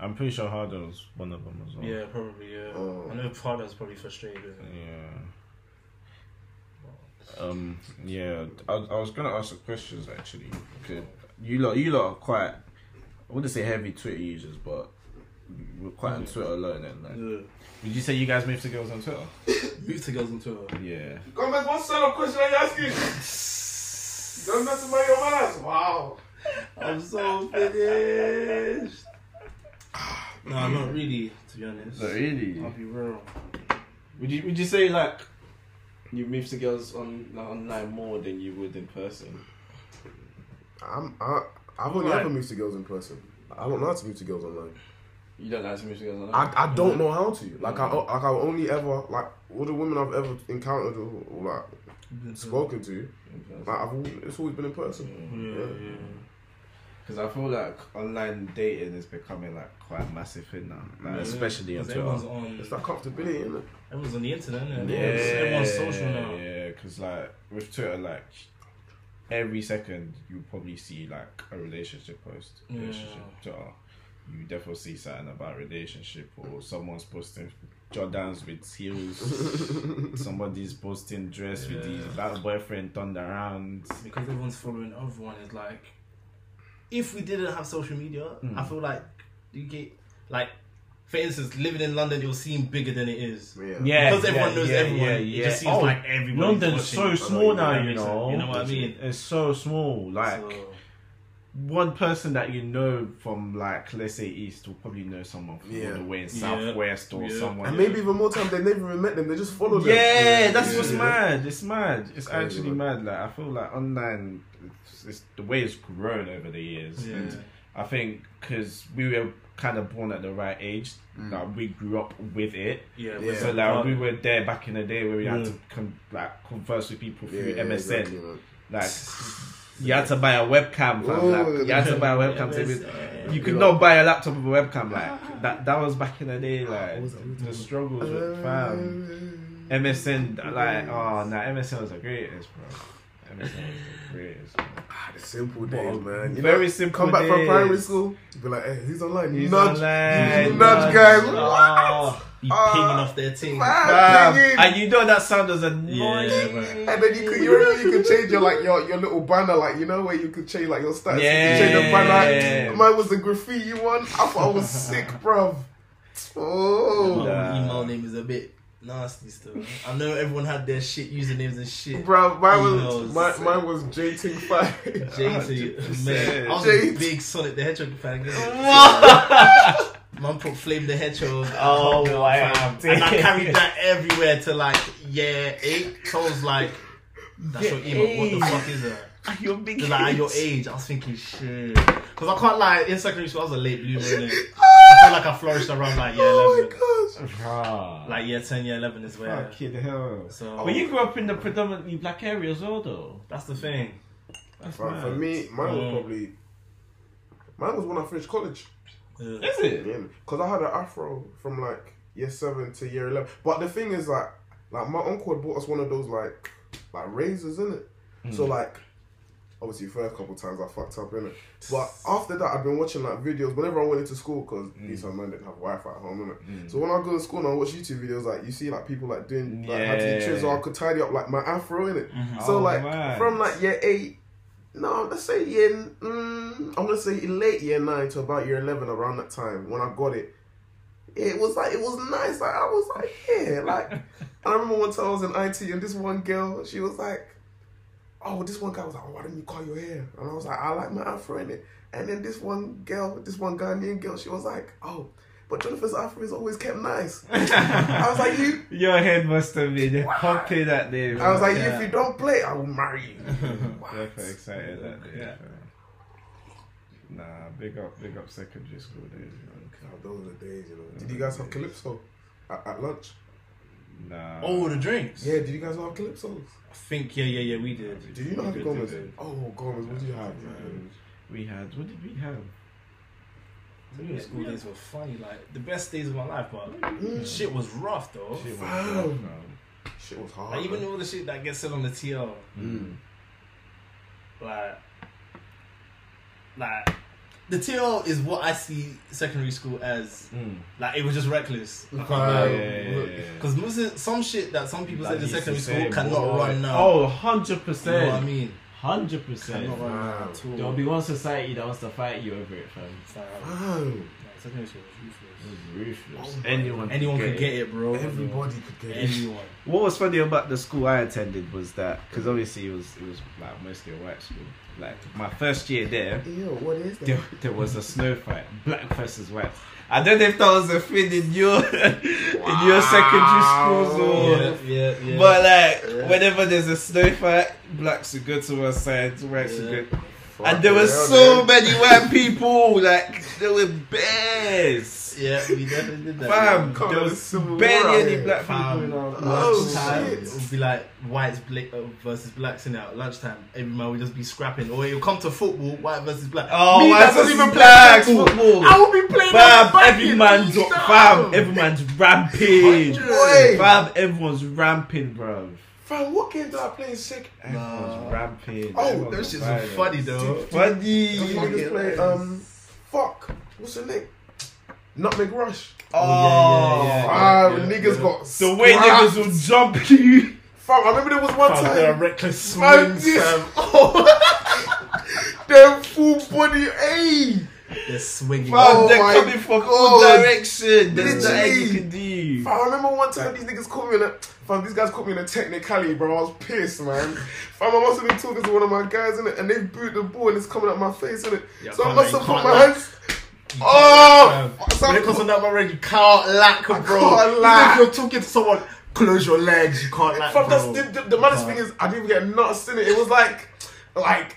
Speaker 2: I'm pretty sure Harden's one of them as well.
Speaker 3: Yeah, probably. Yeah,
Speaker 4: Oh.
Speaker 3: I know Pardo's probably frustrated. with him.
Speaker 2: Yeah. Um. Yeah. I, I was gonna ask some questions actually. Good. You lot, you lot are quite. I wouldn't say heavy Twitter users, but we're quite on Twitter alone. And like,
Speaker 3: Yeah.
Speaker 2: would you say you guys move to girls on Twitter?
Speaker 3: Move to girls on Twitter.
Speaker 2: Yeah.
Speaker 4: Come back. What sort of question are you asking? Going back to my your manners. Wow.
Speaker 3: I'm so finished. no, not really, to be honest.
Speaker 2: Not really.
Speaker 3: I'll be real.
Speaker 10: Oh. Would you Would you say like you move to girls on like, online more than you would in person?
Speaker 4: I'm. I, I've only
Speaker 10: Right.
Speaker 4: ever moved to girls in person. I don't know how to move to girls online.
Speaker 10: You don't like to move to girls online.
Speaker 4: I, I don't know how to. Like I like I only ever like all the women I've ever encountered or, or like spoken to. Like I've always, it's always been in person.
Speaker 3: Yeah,
Speaker 2: Because I feel like online dating is becoming like quite a massive thing now, like, especially on
Speaker 3: Because
Speaker 2: Twitter.
Speaker 3: everyone's on,
Speaker 4: It's that comfortability, isn't it?
Speaker 3: everyone's on the internet. Isn't it?
Speaker 2: Yeah,
Speaker 3: everyone's, everyone's social now.
Speaker 2: Yeah, because like with Twitter, like every second you probably see like a relationship post, relationship Twitter. You definitely see something about relationship or someone's posting Jordans with heels. Somebody's posting dress with these that boyfriend turned around.
Speaker 3: Because everyone's following everyone. It's like, if we didn't have social media,
Speaker 2: Hmm.
Speaker 3: I feel like you get like, for instance, living in London, you'll seem bigger than it is.
Speaker 2: Yeah,
Speaker 3: Because everyone knows everyone, it just seems
Speaker 2: Oh,
Speaker 3: like everyone.
Speaker 2: London's so small now,
Speaker 3: that
Speaker 2: you
Speaker 3: makes sense.
Speaker 2: know.
Speaker 3: You know what I mean?
Speaker 2: It's so small. Like
Speaker 3: So,
Speaker 2: one person that you know from, like let's say East, will probably know someone from
Speaker 4: Yeah.
Speaker 2: all the way in
Speaker 3: Yeah.
Speaker 2: Southwest or
Speaker 3: Yeah.
Speaker 2: someone.
Speaker 4: And maybe even more time they never even met them. They just followed
Speaker 2: yeah,
Speaker 4: them.
Speaker 2: that's what's
Speaker 4: Yeah.
Speaker 2: mad. It's mad. It's
Speaker 4: Crazy,
Speaker 2: actually mad. Like I feel like online, it's, it's the way it's grown over the years.
Speaker 3: yeah.
Speaker 2: And I think because we were kind of born at the right age, like we grew up with it.
Speaker 3: Yeah,
Speaker 4: Mm. Yeah.
Speaker 2: So like we were there back in the day where we had to con- like converse with people
Speaker 4: Yeah,
Speaker 2: through
Speaker 4: yeah,
Speaker 2: MSN.
Speaker 4: exactly, man.
Speaker 2: Like you had to buy a webcam, fam.
Speaker 4: Oh,
Speaker 2: like, you had to buy a webcam. to even-
Speaker 3: uh,
Speaker 2: you could not buy a laptop with a webcam. Like that. That was back in the day. Like the struggles
Speaker 4: Um,
Speaker 2: with fam. Uh, MSN. Like oh, nah. MSN was the greatest, bro. MSN was the greatest. Bro.
Speaker 4: Ah, the simple days, man. You
Speaker 2: Very
Speaker 4: know,
Speaker 2: simple.
Speaker 4: Come back from primary
Speaker 2: days.
Speaker 4: school, be like, hey, he's online.
Speaker 2: He's
Speaker 4: nudge,
Speaker 2: online,
Speaker 4: nudge,
Speaker 2: nudge.
Speaker 4: nudge, guys.
Speaker 3: Oh, you
Speaker 4: Ah.
Speaker 3: pinging off their team.
Speaker 4: Ah,
Speaker 2: Fam,
Speaker 4: ding it.
Speaker 2: and you know that sound was annoying.
Speaker 3: Yeah, bro.
Speaker 4: And then you could, you remember you could change your like your, your little banner, like you know where you could change like your stats. You could change the
Speaker 2: Yeah.
Speaker 4: banner. Mine was the graffiti one. I thought I was sick, bruv.
Speaker 3: My
Speaker 4: Oh,
Speaker 2: Nah.
Speaker 3: uh, email name is a bit nasty still. I know everyone had their shit usernames and shit.
Speaker 4: bruv. Mine
Speaker 3: Emails.
Speaker 4: was mine, mine was JT five.
Speaker 3: JT, man, I was a
Speaker 4: JT.
Speaker 3: big Sonic the Hedgehog fan. Man put Flame the Hedgehog.
Speaker 2: Oh,
Speaker 3: Hot Girl
Speaker 2: wow.
Speaker 3: fan. And I carried that everywhere to like year eight. So I was like, that's your email. What the fuck is that?
Speaker 2: You're big.
Speaker 3: Cause like at your age, I was thinking shit. Cause I can't lie, in secondary school I was a late bloomer. Innit? I feel like I flourished around like year eleven,
Speaker 4: Oh my gosh.
Speaker 2: Bruh.
Speaker 3: like year ten, year eleven is where.
Speaker 2: Fucking hell.
Speaker 4: Oh,
Speaker 3: So
Speaker 2: But you grew up in the predominantly black area as well, though.
Speaker 3: that's the thing.
Speaker 2: That's
Speaker 4: Bruv,
Speaker 2: mad.
Speaker 4: for me, mine was
Speaker 3: Mm.
Speaker 4: probably mine was when I finished college.
Speaker 3: Ugh.
Speaker 2: Is it?
Speaker 4: Yeah, because I had an afro from like year seven to year eleven. But the thing is, like, like my uncle had bought us one of those like, like razors in it. So like, obviously, first couple times I fucked up in it. But after that, I've been watching like videos whenever I went into school because these young men didn't have Wi-Fi at home,
Speaker 2: Mm.
Speaker 4: innit? So when I go to school and I watch YouTube videos, like you see like people like doing like how to do tricks, or I could tidy up like my afro in it. So
Speaker 2: Oh,
Speaker 4: like
Speaker 2: man.
Speaker 4: from like year eight. No, let's say year. Mm, I'm gonna say late year nine to about year eleven, around that time when I got it. It was like it was nice. Like I was like, yeah. Like and I remember one time I was in IT and this one girl, she was like, oh, this one guy was like, why didn't you call your hair? And I was like, I like my afro in it. And then this one girl, this one Ghanaian girl, she was like, oh, but Jonathan's afro is always kept nice. I was like, you.
Speaker 2: Your head must have been pumping that day.
Speaker 4: I was
Speaker 2: bro.
Speaker 4: like, if you don't play, I will marry you.
Speaker 2: Definitely excited that day. fam. Nah, big up, big up secondary school days, man.
Speaker 4: God, Oh, those are the days, you know. Did you guys have calypso at, at lunch?
Speaker 2: Nah.
Speaker 3: Oh, the drinks.
Speaker 4: Yeah, did you guys have calypsos?
Speaker 3: I think yeah, yeah, yeah. We did.
Speaker 4: Did you not have
Speaker 2: did,
Speaker 4: Gomez?
Speaker 2: did, did.
Speaker 4: Oh, Gomez, what did you have?
Speaker 2: man. We had, what did we have?
Speaker 3: Middle school days were funny, like the best days of my life, but
Speaker 4: Mm.
Speaker 3: shit was rough though.
Speaker 2: Shit was
Speaker 4: Wow.
Speaker 2: rough, man.
Speaker 4: Shit was hard.
Speaker 3: Like even
Speaker 4: man.
Speaker 3: all the shit that gets said on the TL,
Speaker 4: Mm.
Speaker 3: like, like the TL is what I see secondary school as.
Speaker 2: Mm.
Speaker 3: Like it was just reckless. I can't
Speaker 4: Wow.
Speaker 3: lie.
Speaker 2: Yeah, yeah, yeah, yeah.
Speaker 3: Because some shit that some people said in
Speaker 2: Like,
Speaker 3: secondary
Speaker 2: it's the
Speaker 3: school
Speaker 2: same,
Speaker 3: cannot
Speaker 2: boy.
Speaker 3: run now.
Speaker 2: Oh, 100%.
Speaker 3: you know what I mean?
Speaker 2: 100%.
Speaker 3: Cannot run now at all.
Speaker 2: There'll be one society that wants to fight you over it, fam.
Speaker 3: It's like,
Speaker 4: Wow.
Speaker 3: like, secondary school was ruthless.
Speaker 2: Ruthless. Anyone,
Speaker 3: Oh Anyone could get it, bro.
Speaker 4: Everybody could get it.
Speaker 3: Anyone.
Speaker 2: What was funny about the school I attended was that because obviously it was it was like mostly a white school. Like my first year there,
Speaker 4: Yo, what is that?
Speaker 2: there, there was a snow fight, black versus white. I don't know if that was a thing in your in your secondary schools or.
Speaker 3: Yeah, yeah, yeah.
Speaker 2: But like, whenever there's a snow fight, blacks would go to one side, whites would
Speaker 3: Yeah.
Speaker 2: go and there were so many white people, like there were bears.
Speaker 3: yeah, we definitely did that.
Speaker 2: Fam,
Speaker 4: Come on,
Speaker 2: there
Speaker 4: there's
Speaker 2: was
Speaker 4: civil war out
Speaker 2: barely
Speaker 4: here.
Speaker 2: any black people
Speaker 3: Fam,
Speaker 2: in our
Speaker 4: Oh,
Speaker 3: lunchtime,
Speaker 4: shit.
Speaker 3: it would be like whites bla- uh, versus blacks in at lunchtime. Every man would just be scrapping, or it'll come to football, white versus black.
Speaker 2: Oh,
Speaker 3: Me,
Speaker 2: why
Speaker 3: that
Speaker 2: is this
Speaker 3: doesn't even play
Speaker 2: blacks
Speaker 3: football.
Speaker 2: football?
Speaker 3: I will be playing
Speaker 2: Fam,
Speaker 3: that back
Speaker 2: every
Speaker 3: in
Speaker 2: man's
Speaker 3: the
Speaker 2: fam, every man's ramping.
Speaker 4: Oi.
Speaker 2: Fam, everyone's ramping, bro.
Speaker 4: Fam, what game did I play in sec?
Speaker 2: Everyone's ramping.
Speaker 4: Oh,
Speaker 3: Those shits are funny though.
Speaker 4: You niggas play, um, fuck. What's the name? Nutmeg Rush.
Speaker 2: Oh,
Speaker 4: Ah, niggas got
Speaker 2: the way niggas will jump you.
Speaker 4: Fam, I remember there was one time.
Speaker 3: reckless
Speaker 4: Fam, this- Them full body, hey.
Speaker 3: They're swinging.
Speaker 4: Oh
Speaker 2: they're
Speaker 4: my
Speaker 2: coming from all
Speaker 4: God.
Speaker 2: direction. There's nothing you
Speaker 4: Literally.
Speaker 2: can do.
Speaker 4: Fam, I remember one time these niggas caught me in a. Fam, these guys caught me in a technicality, bro. I was pissed, man. Fam, I must have been talking to one of my guys in it, and they booted the ball and it's coming at my face in it.
Speaker 3: Yeah,
Speaker 4: so I
Speaker 3: fam,
Speaker 4: must
Speaker 3: like,
Speaker 4: have
Speaker 3: you
Speaker 4: put
Speaker 3: can't
Speaker 4: my
Speaker 3: laugh.
Speaker 4: hands. Oh,
Speaker 3: laugh.
Speaker 4: fuck, so I
Speaker 3: Because on that moment, you can't lack, bro.
Speaker 4: can't
Speaker 3: Even
Speaker 4: lack.
Speaker 3: if you're talking to someone, close your legs. You can't lack,
Speaker 4: Fam, that's
Speaker 3: bro.
Speaker 4: the, the, the maddest thing is I didn't even get nuts in it. It was like, like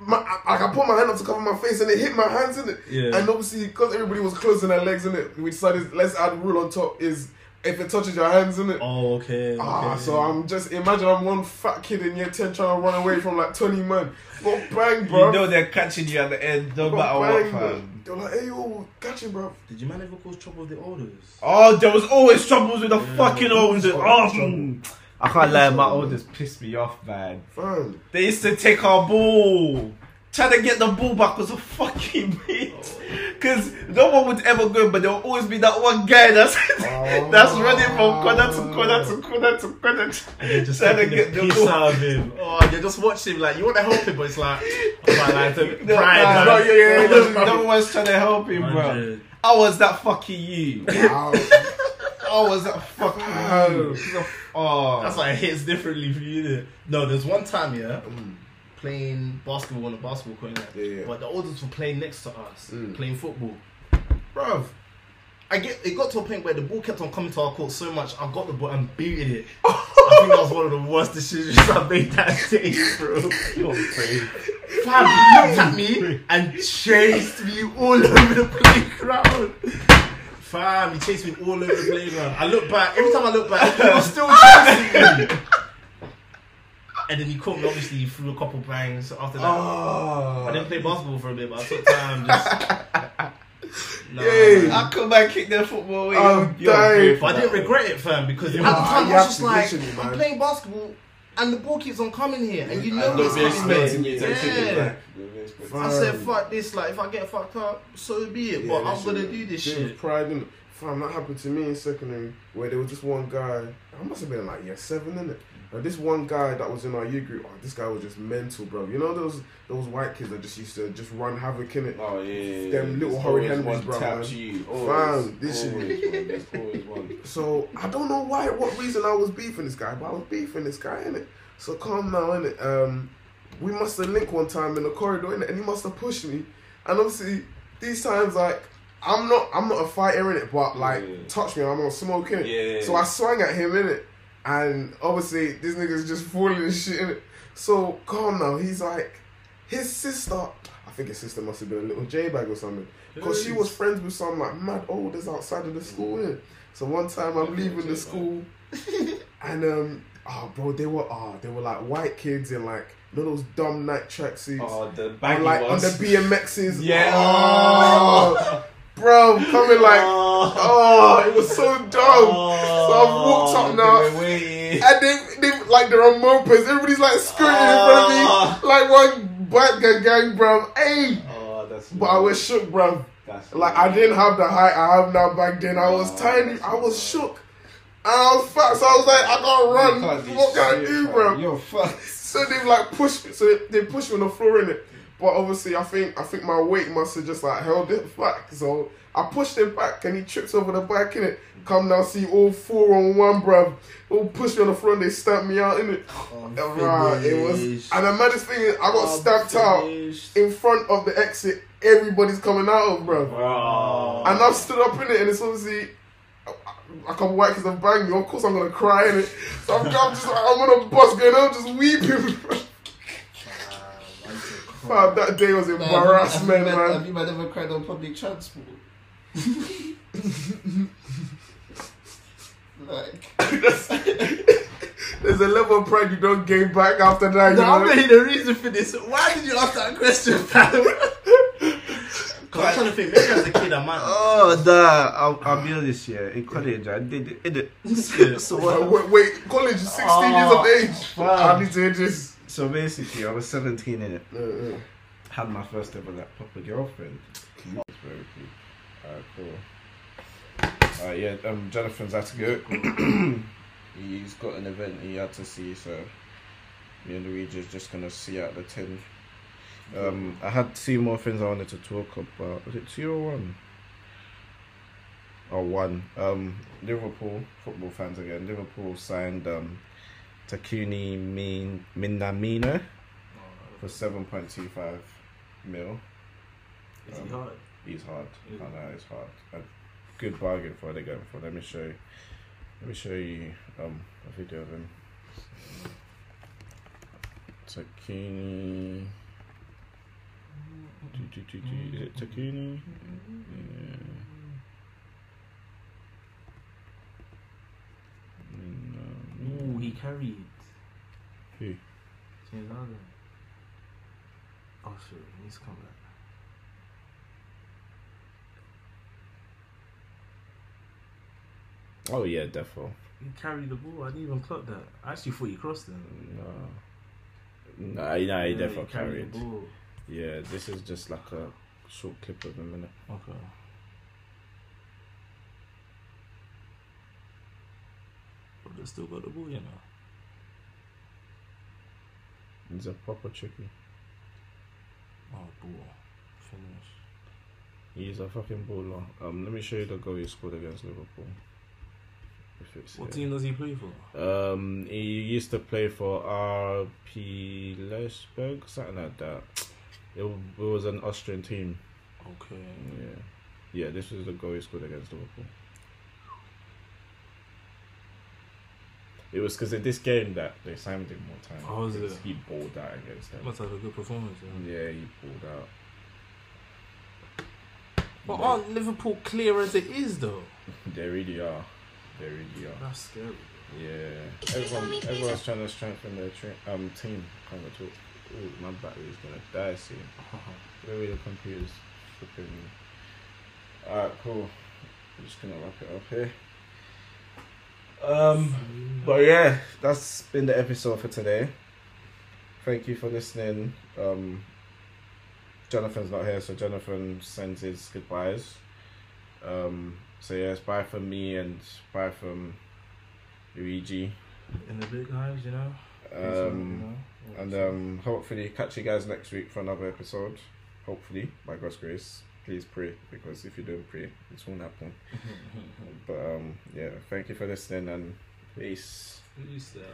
Speaker 4: my, I, like I put my hand up to cover my face and it hit my hands in it.
Speaker 3: Yeah.
Speaker 4: And obviously, because everybody was closing their legs in it, we decided let's add rule on top is if it touches your hands in it.
Speaker 3: Oh, okay.
Speaker 4: Ah, so I'm just imagine I'm one fat kid in year ten trying to run away from like twenty men. Got bang, bro.
Speaker 2: You know they're catching you at the end, no matter
Speaker 4: got
Speaker 2: what,
Speaker 4: bang,
Speaker 2: fam.
Speaker 4: bro. They're like, hey yo, catch him, bro.
Speaker 3: Did your man ever cause trouble with the orders?
Speaker 2: Oh, there was always troubles with the fucking oldest. Oh, mm. I can't lie, my oldest pissed me off, man.
Speaker 4: Fam.
Speaker 2: They used to take our ball. Trying to get the ball back was a fucking beat. Because no one would ever go, but there will always be that one guy that's that's running from corner to corner to corner to corner.
Speaker 3: They're just
Speaker 2: trying
Speaker 3: taking
Speaker 2: to
Speaker 3: the
Speaker 2: get the
Speaker 3: piss
Speaker 2: ball.
Speaker 3: out of him. Oh, you just watch him like you want to help him, but it's like, oh, my life, pride.
Speaker 2: No,
Speaker 3: man.
Speaker 2: man, no, yeah, yeah, no, no one's trying to help him, bro.
Speaker 3: Hundred.
Speaker 2: I was that fucking you.
Speaker 4: Ow.
Speaker 2: I was that fucking you. She's a- Oh,
Speaker 3: That's why it hits differently for you. innit? No, there's one time, yeah, playing basketball on a basketball court, innit?
Speaker 4: Mm. Yeah, Mm. yeah.
Speaker 3: but the oldest were playing next to us, playing football. Bruv, I get it got to a point where the ball kept on coming to our court so much, I got the ball and booted it. I think that was one of the worst decisions I made that day, bro. You're crazy. Fam looked at me and chased me all over the playground. Fam, he chased me all over the playground. I look back, every time I look back, he was still chasing me. And then he caught me, obviously, he threw a couple bangs after that.
Speaker 2: Ah.
Speaker 3: I didn't play basketball for a bit, but I took time just. Nah,
Speaker 4: Hey.
Speaker 2: I come back kick their football away.
Speaker 4: I'm
Speaker 2: You're-
Speaker 4: dying.
Speaker 3: but I didn't regret it, fam, because at the
Speaker 4: nah,
Speaker 3: time
Speaker 4: you
Speaker 3: I was
Speaker 4: have
Speaker 3: just
Speaker 4: to
Speaker 3: like,
Speaker 4: literally, man.
Speaker 3: I'm playing basketball and the ball keeps on coming here, and you know
Speaker 11: And
Speaker 3: it's
Speaker 11: not be expecting
Speaker 3: coming.
Speaker 11: you to
Speaker 3: Yeah.
Speaker 11: kick it back. Don't be expecting-
Speaker 3: I said, fuck this, like, if I get fucked up, so be it, but I'm gonna do this
Speaker 4: There was
Speaker 3: shit.
Speaker 4: Pride in it. Fam, that happened to me in secondary where there was this one guy. I must have been in like year seven, innit? And this one guy that was in our year group, oh, this guy was just mental, bro. You know those those white kids that just used to just run havoc in it.
Speaker 11: Oh yeah,
Speaker 4: Them little
Speaker 11: There's
Speaker 4: Horrid
Speaker 11: always
Speaker 4: Henrys,
Speaker 11: one
Speaker 4: bruh,
Speaker 11: tapped
Speaker 4: man.
Speaker 11: you.
Speaker 4: Fam, this shit-
Speaker 11: always one. There's always one.
Speaker 4: So I don't know why, what reason I was beefing this guy, but I was beefing this guy in it. So calm now innit? Um, we must have linked one time in the corridor innit? and he must have pushed me. And obviously these times like I'm not I'm not a fighter in it, but like
Speaker 11: Yeah.
Speaker 4: touch me, I'm on smoke in it.
Speaker 11: Yeah.
Speaker 4: So I swung at him in it, and obviously this nigga's just falling and shit in it. So calm now, he's like his sister. I think his sister must have been a little J bag or something. Because she was friends with some like mad olders outside of the school, innit? So one time I'm leaving the school and um oh bro, they were ah, they were like white kids in like you know those dumb night tracksuits.
Speaker 11: Oh, the
Speaker 4: and
Speaker 11: baggy
Speaker 4: like on
Speaker 11: ones.
Speaker 4: the BMXs.
Speaker 11: Yeah.
Speaker 4: Oh, bro, coming like oh it was so dumb. so I've walked
Speaker 11: Oh,
Speaker 4: up now. And they, they like there are mopeds. Everybody's like screaming in front of me, like one black guy gang, bro. Hey,
Speaker 11: Oh, that's.
Speaker 4: but I was shook, bro.
Speaker 11: That's
Speaker 4: Like I didn't have the height I have now back then. I was tiny. I was shook. And I was fat, so I was like, I can't run. What can I do, bro?
Speaker 2: You're fucked.
Speaker 4: So they like pushed me. So they, they pushed me on the floor in it. But obviously, I think I think my weight must have just like held it back. So I pushed him back, and he trips over the back in it. Come now, see all four on one, bruv. All pushed me on the floor, and they stamped me out in it.
Speaker 3: Oh,
Speaker 4: Right, it was. And the maddest thing is, I got stamped out in front of the exit. Everybody's coming out of, bruv. And I've stood up in it, and it's obviously I come white because I've banged me. Of course, I'm gonna cry in it. So I'm, I'm just like, I'm on a bus going home, just weeping. bro. Fam, that day was embarrassment, man.
Speaker 11: you ever cried on public transport? like.
Speaker 4: There's a level of pride you don't gain back after that.
Speaker 3: No, I'm
Speaker 4: you know?
Speaker 3: really the reason for this. Why did you ask that question, fam? Because I'm trying to think, maybe as a kid I might.
Speaker 2: Oh, nah, I'll, I'll be honest, yeah. In college, I did it. In it. so,
Speaker 4: Like,
Speaker 2: what-
Speaker 4: wait, wait, college, 16 years of age. I need to just.
Speaker 2: so basically, I was 17 in it.
Speaker 4: Uh, uh,
Speaker 2: Had my first ever like proper girlfriend. It's very cool. Alright, cool. Alright, yeah, um, Jonathan's had to go. He's got an event he had to see, so me and Luigi's just gonna see out the tin. Um, I had two more things I wanted to talk about. Was it two or one? Or one. Um, Liverpool football fans again. Liverpool signed um, Takuni Min Minamino for seven point two five mil.
Speaker 3: Is he
Speaker 2: Um,
Speaker 3: hard?
Speaker 2: He's hard. I know it's hard. A good bargain for what they're going for. Let me show you. Let me show you um a video of him. Takini Is it Takuna? Yeah.
Speaker 3: Ooh, he carried.
Speaker 2: Who?
Speaker 3: James Harden. Oh shit, he needs to come back.
Speaker 2: Oh yeah, defo.
Speaker 3: He carried the ball. I didn't even clock that. I actually thought he crossed him.
Speaker 2: No. Nah, nah, he
Speaker 3: Yeah,
Speaker 2: defo
Speaker 3: he
Speaker 2: carried.
Speaker 3: the ball.
Speaker 2: Yeah, this is just like a short clip of a minute.
Speaker 3: Okay. But they still got the ball, you know.
Speaker 2: He's a proper chicken.
Speaker 3: Oh, ball. Finish.
Speaker 2: He's a fucking baller. Um, let me show you the goal he scored against Liverpool. If it's
Speaker 3: What
Speaker 2: here.
Speaker 3: team does he play for?
Speaker 2: Um, he used to play for RP Leipzig, something like that. It, w- it was an Austrian team.
Speaker 3: Okay.
Speaker 2: Yeah, yeah. This was the goal he scored against Liverpool. It was because in this game that they signed him more time.
Speaker 3: Oh, was
Speaker 2: because
Speaker 3: it?
Speaker 2: He balled out against them.
Speaker 3: Must have a good performance. Yeah.
Speaker 2: Yeah, he pulled out.
Speaker 3: But aren't Liverpool clear as it is, though?
Speaker 2: They really are. They really are.
Speaker 3: That's scary.
Speaker 2: Yeah. Everyone, everyone's trying to strengthen their tra- um team. Can't wait to- Ooh, my battery's gonna die soon. Maybe the computer's flipping me. Alright, cool. I'm just gonna wrap it up here. Um, but yeah, that's been the episode for today. Thank you for listening. Um, Jonathan's not here, so Jonathan sends his goodbyes. Um, so yes, bye from me and bye from Luigi.
Speaker 3: In the big guys, you know.
Speaker 2: Um, and um, hopefully catch you guys next week for another episode. Hopefully, by God's grace. Please pray because if you don't pray, it won't happen. but um, yeah, thank you for listening and peace.
Speaker 3: Who's that?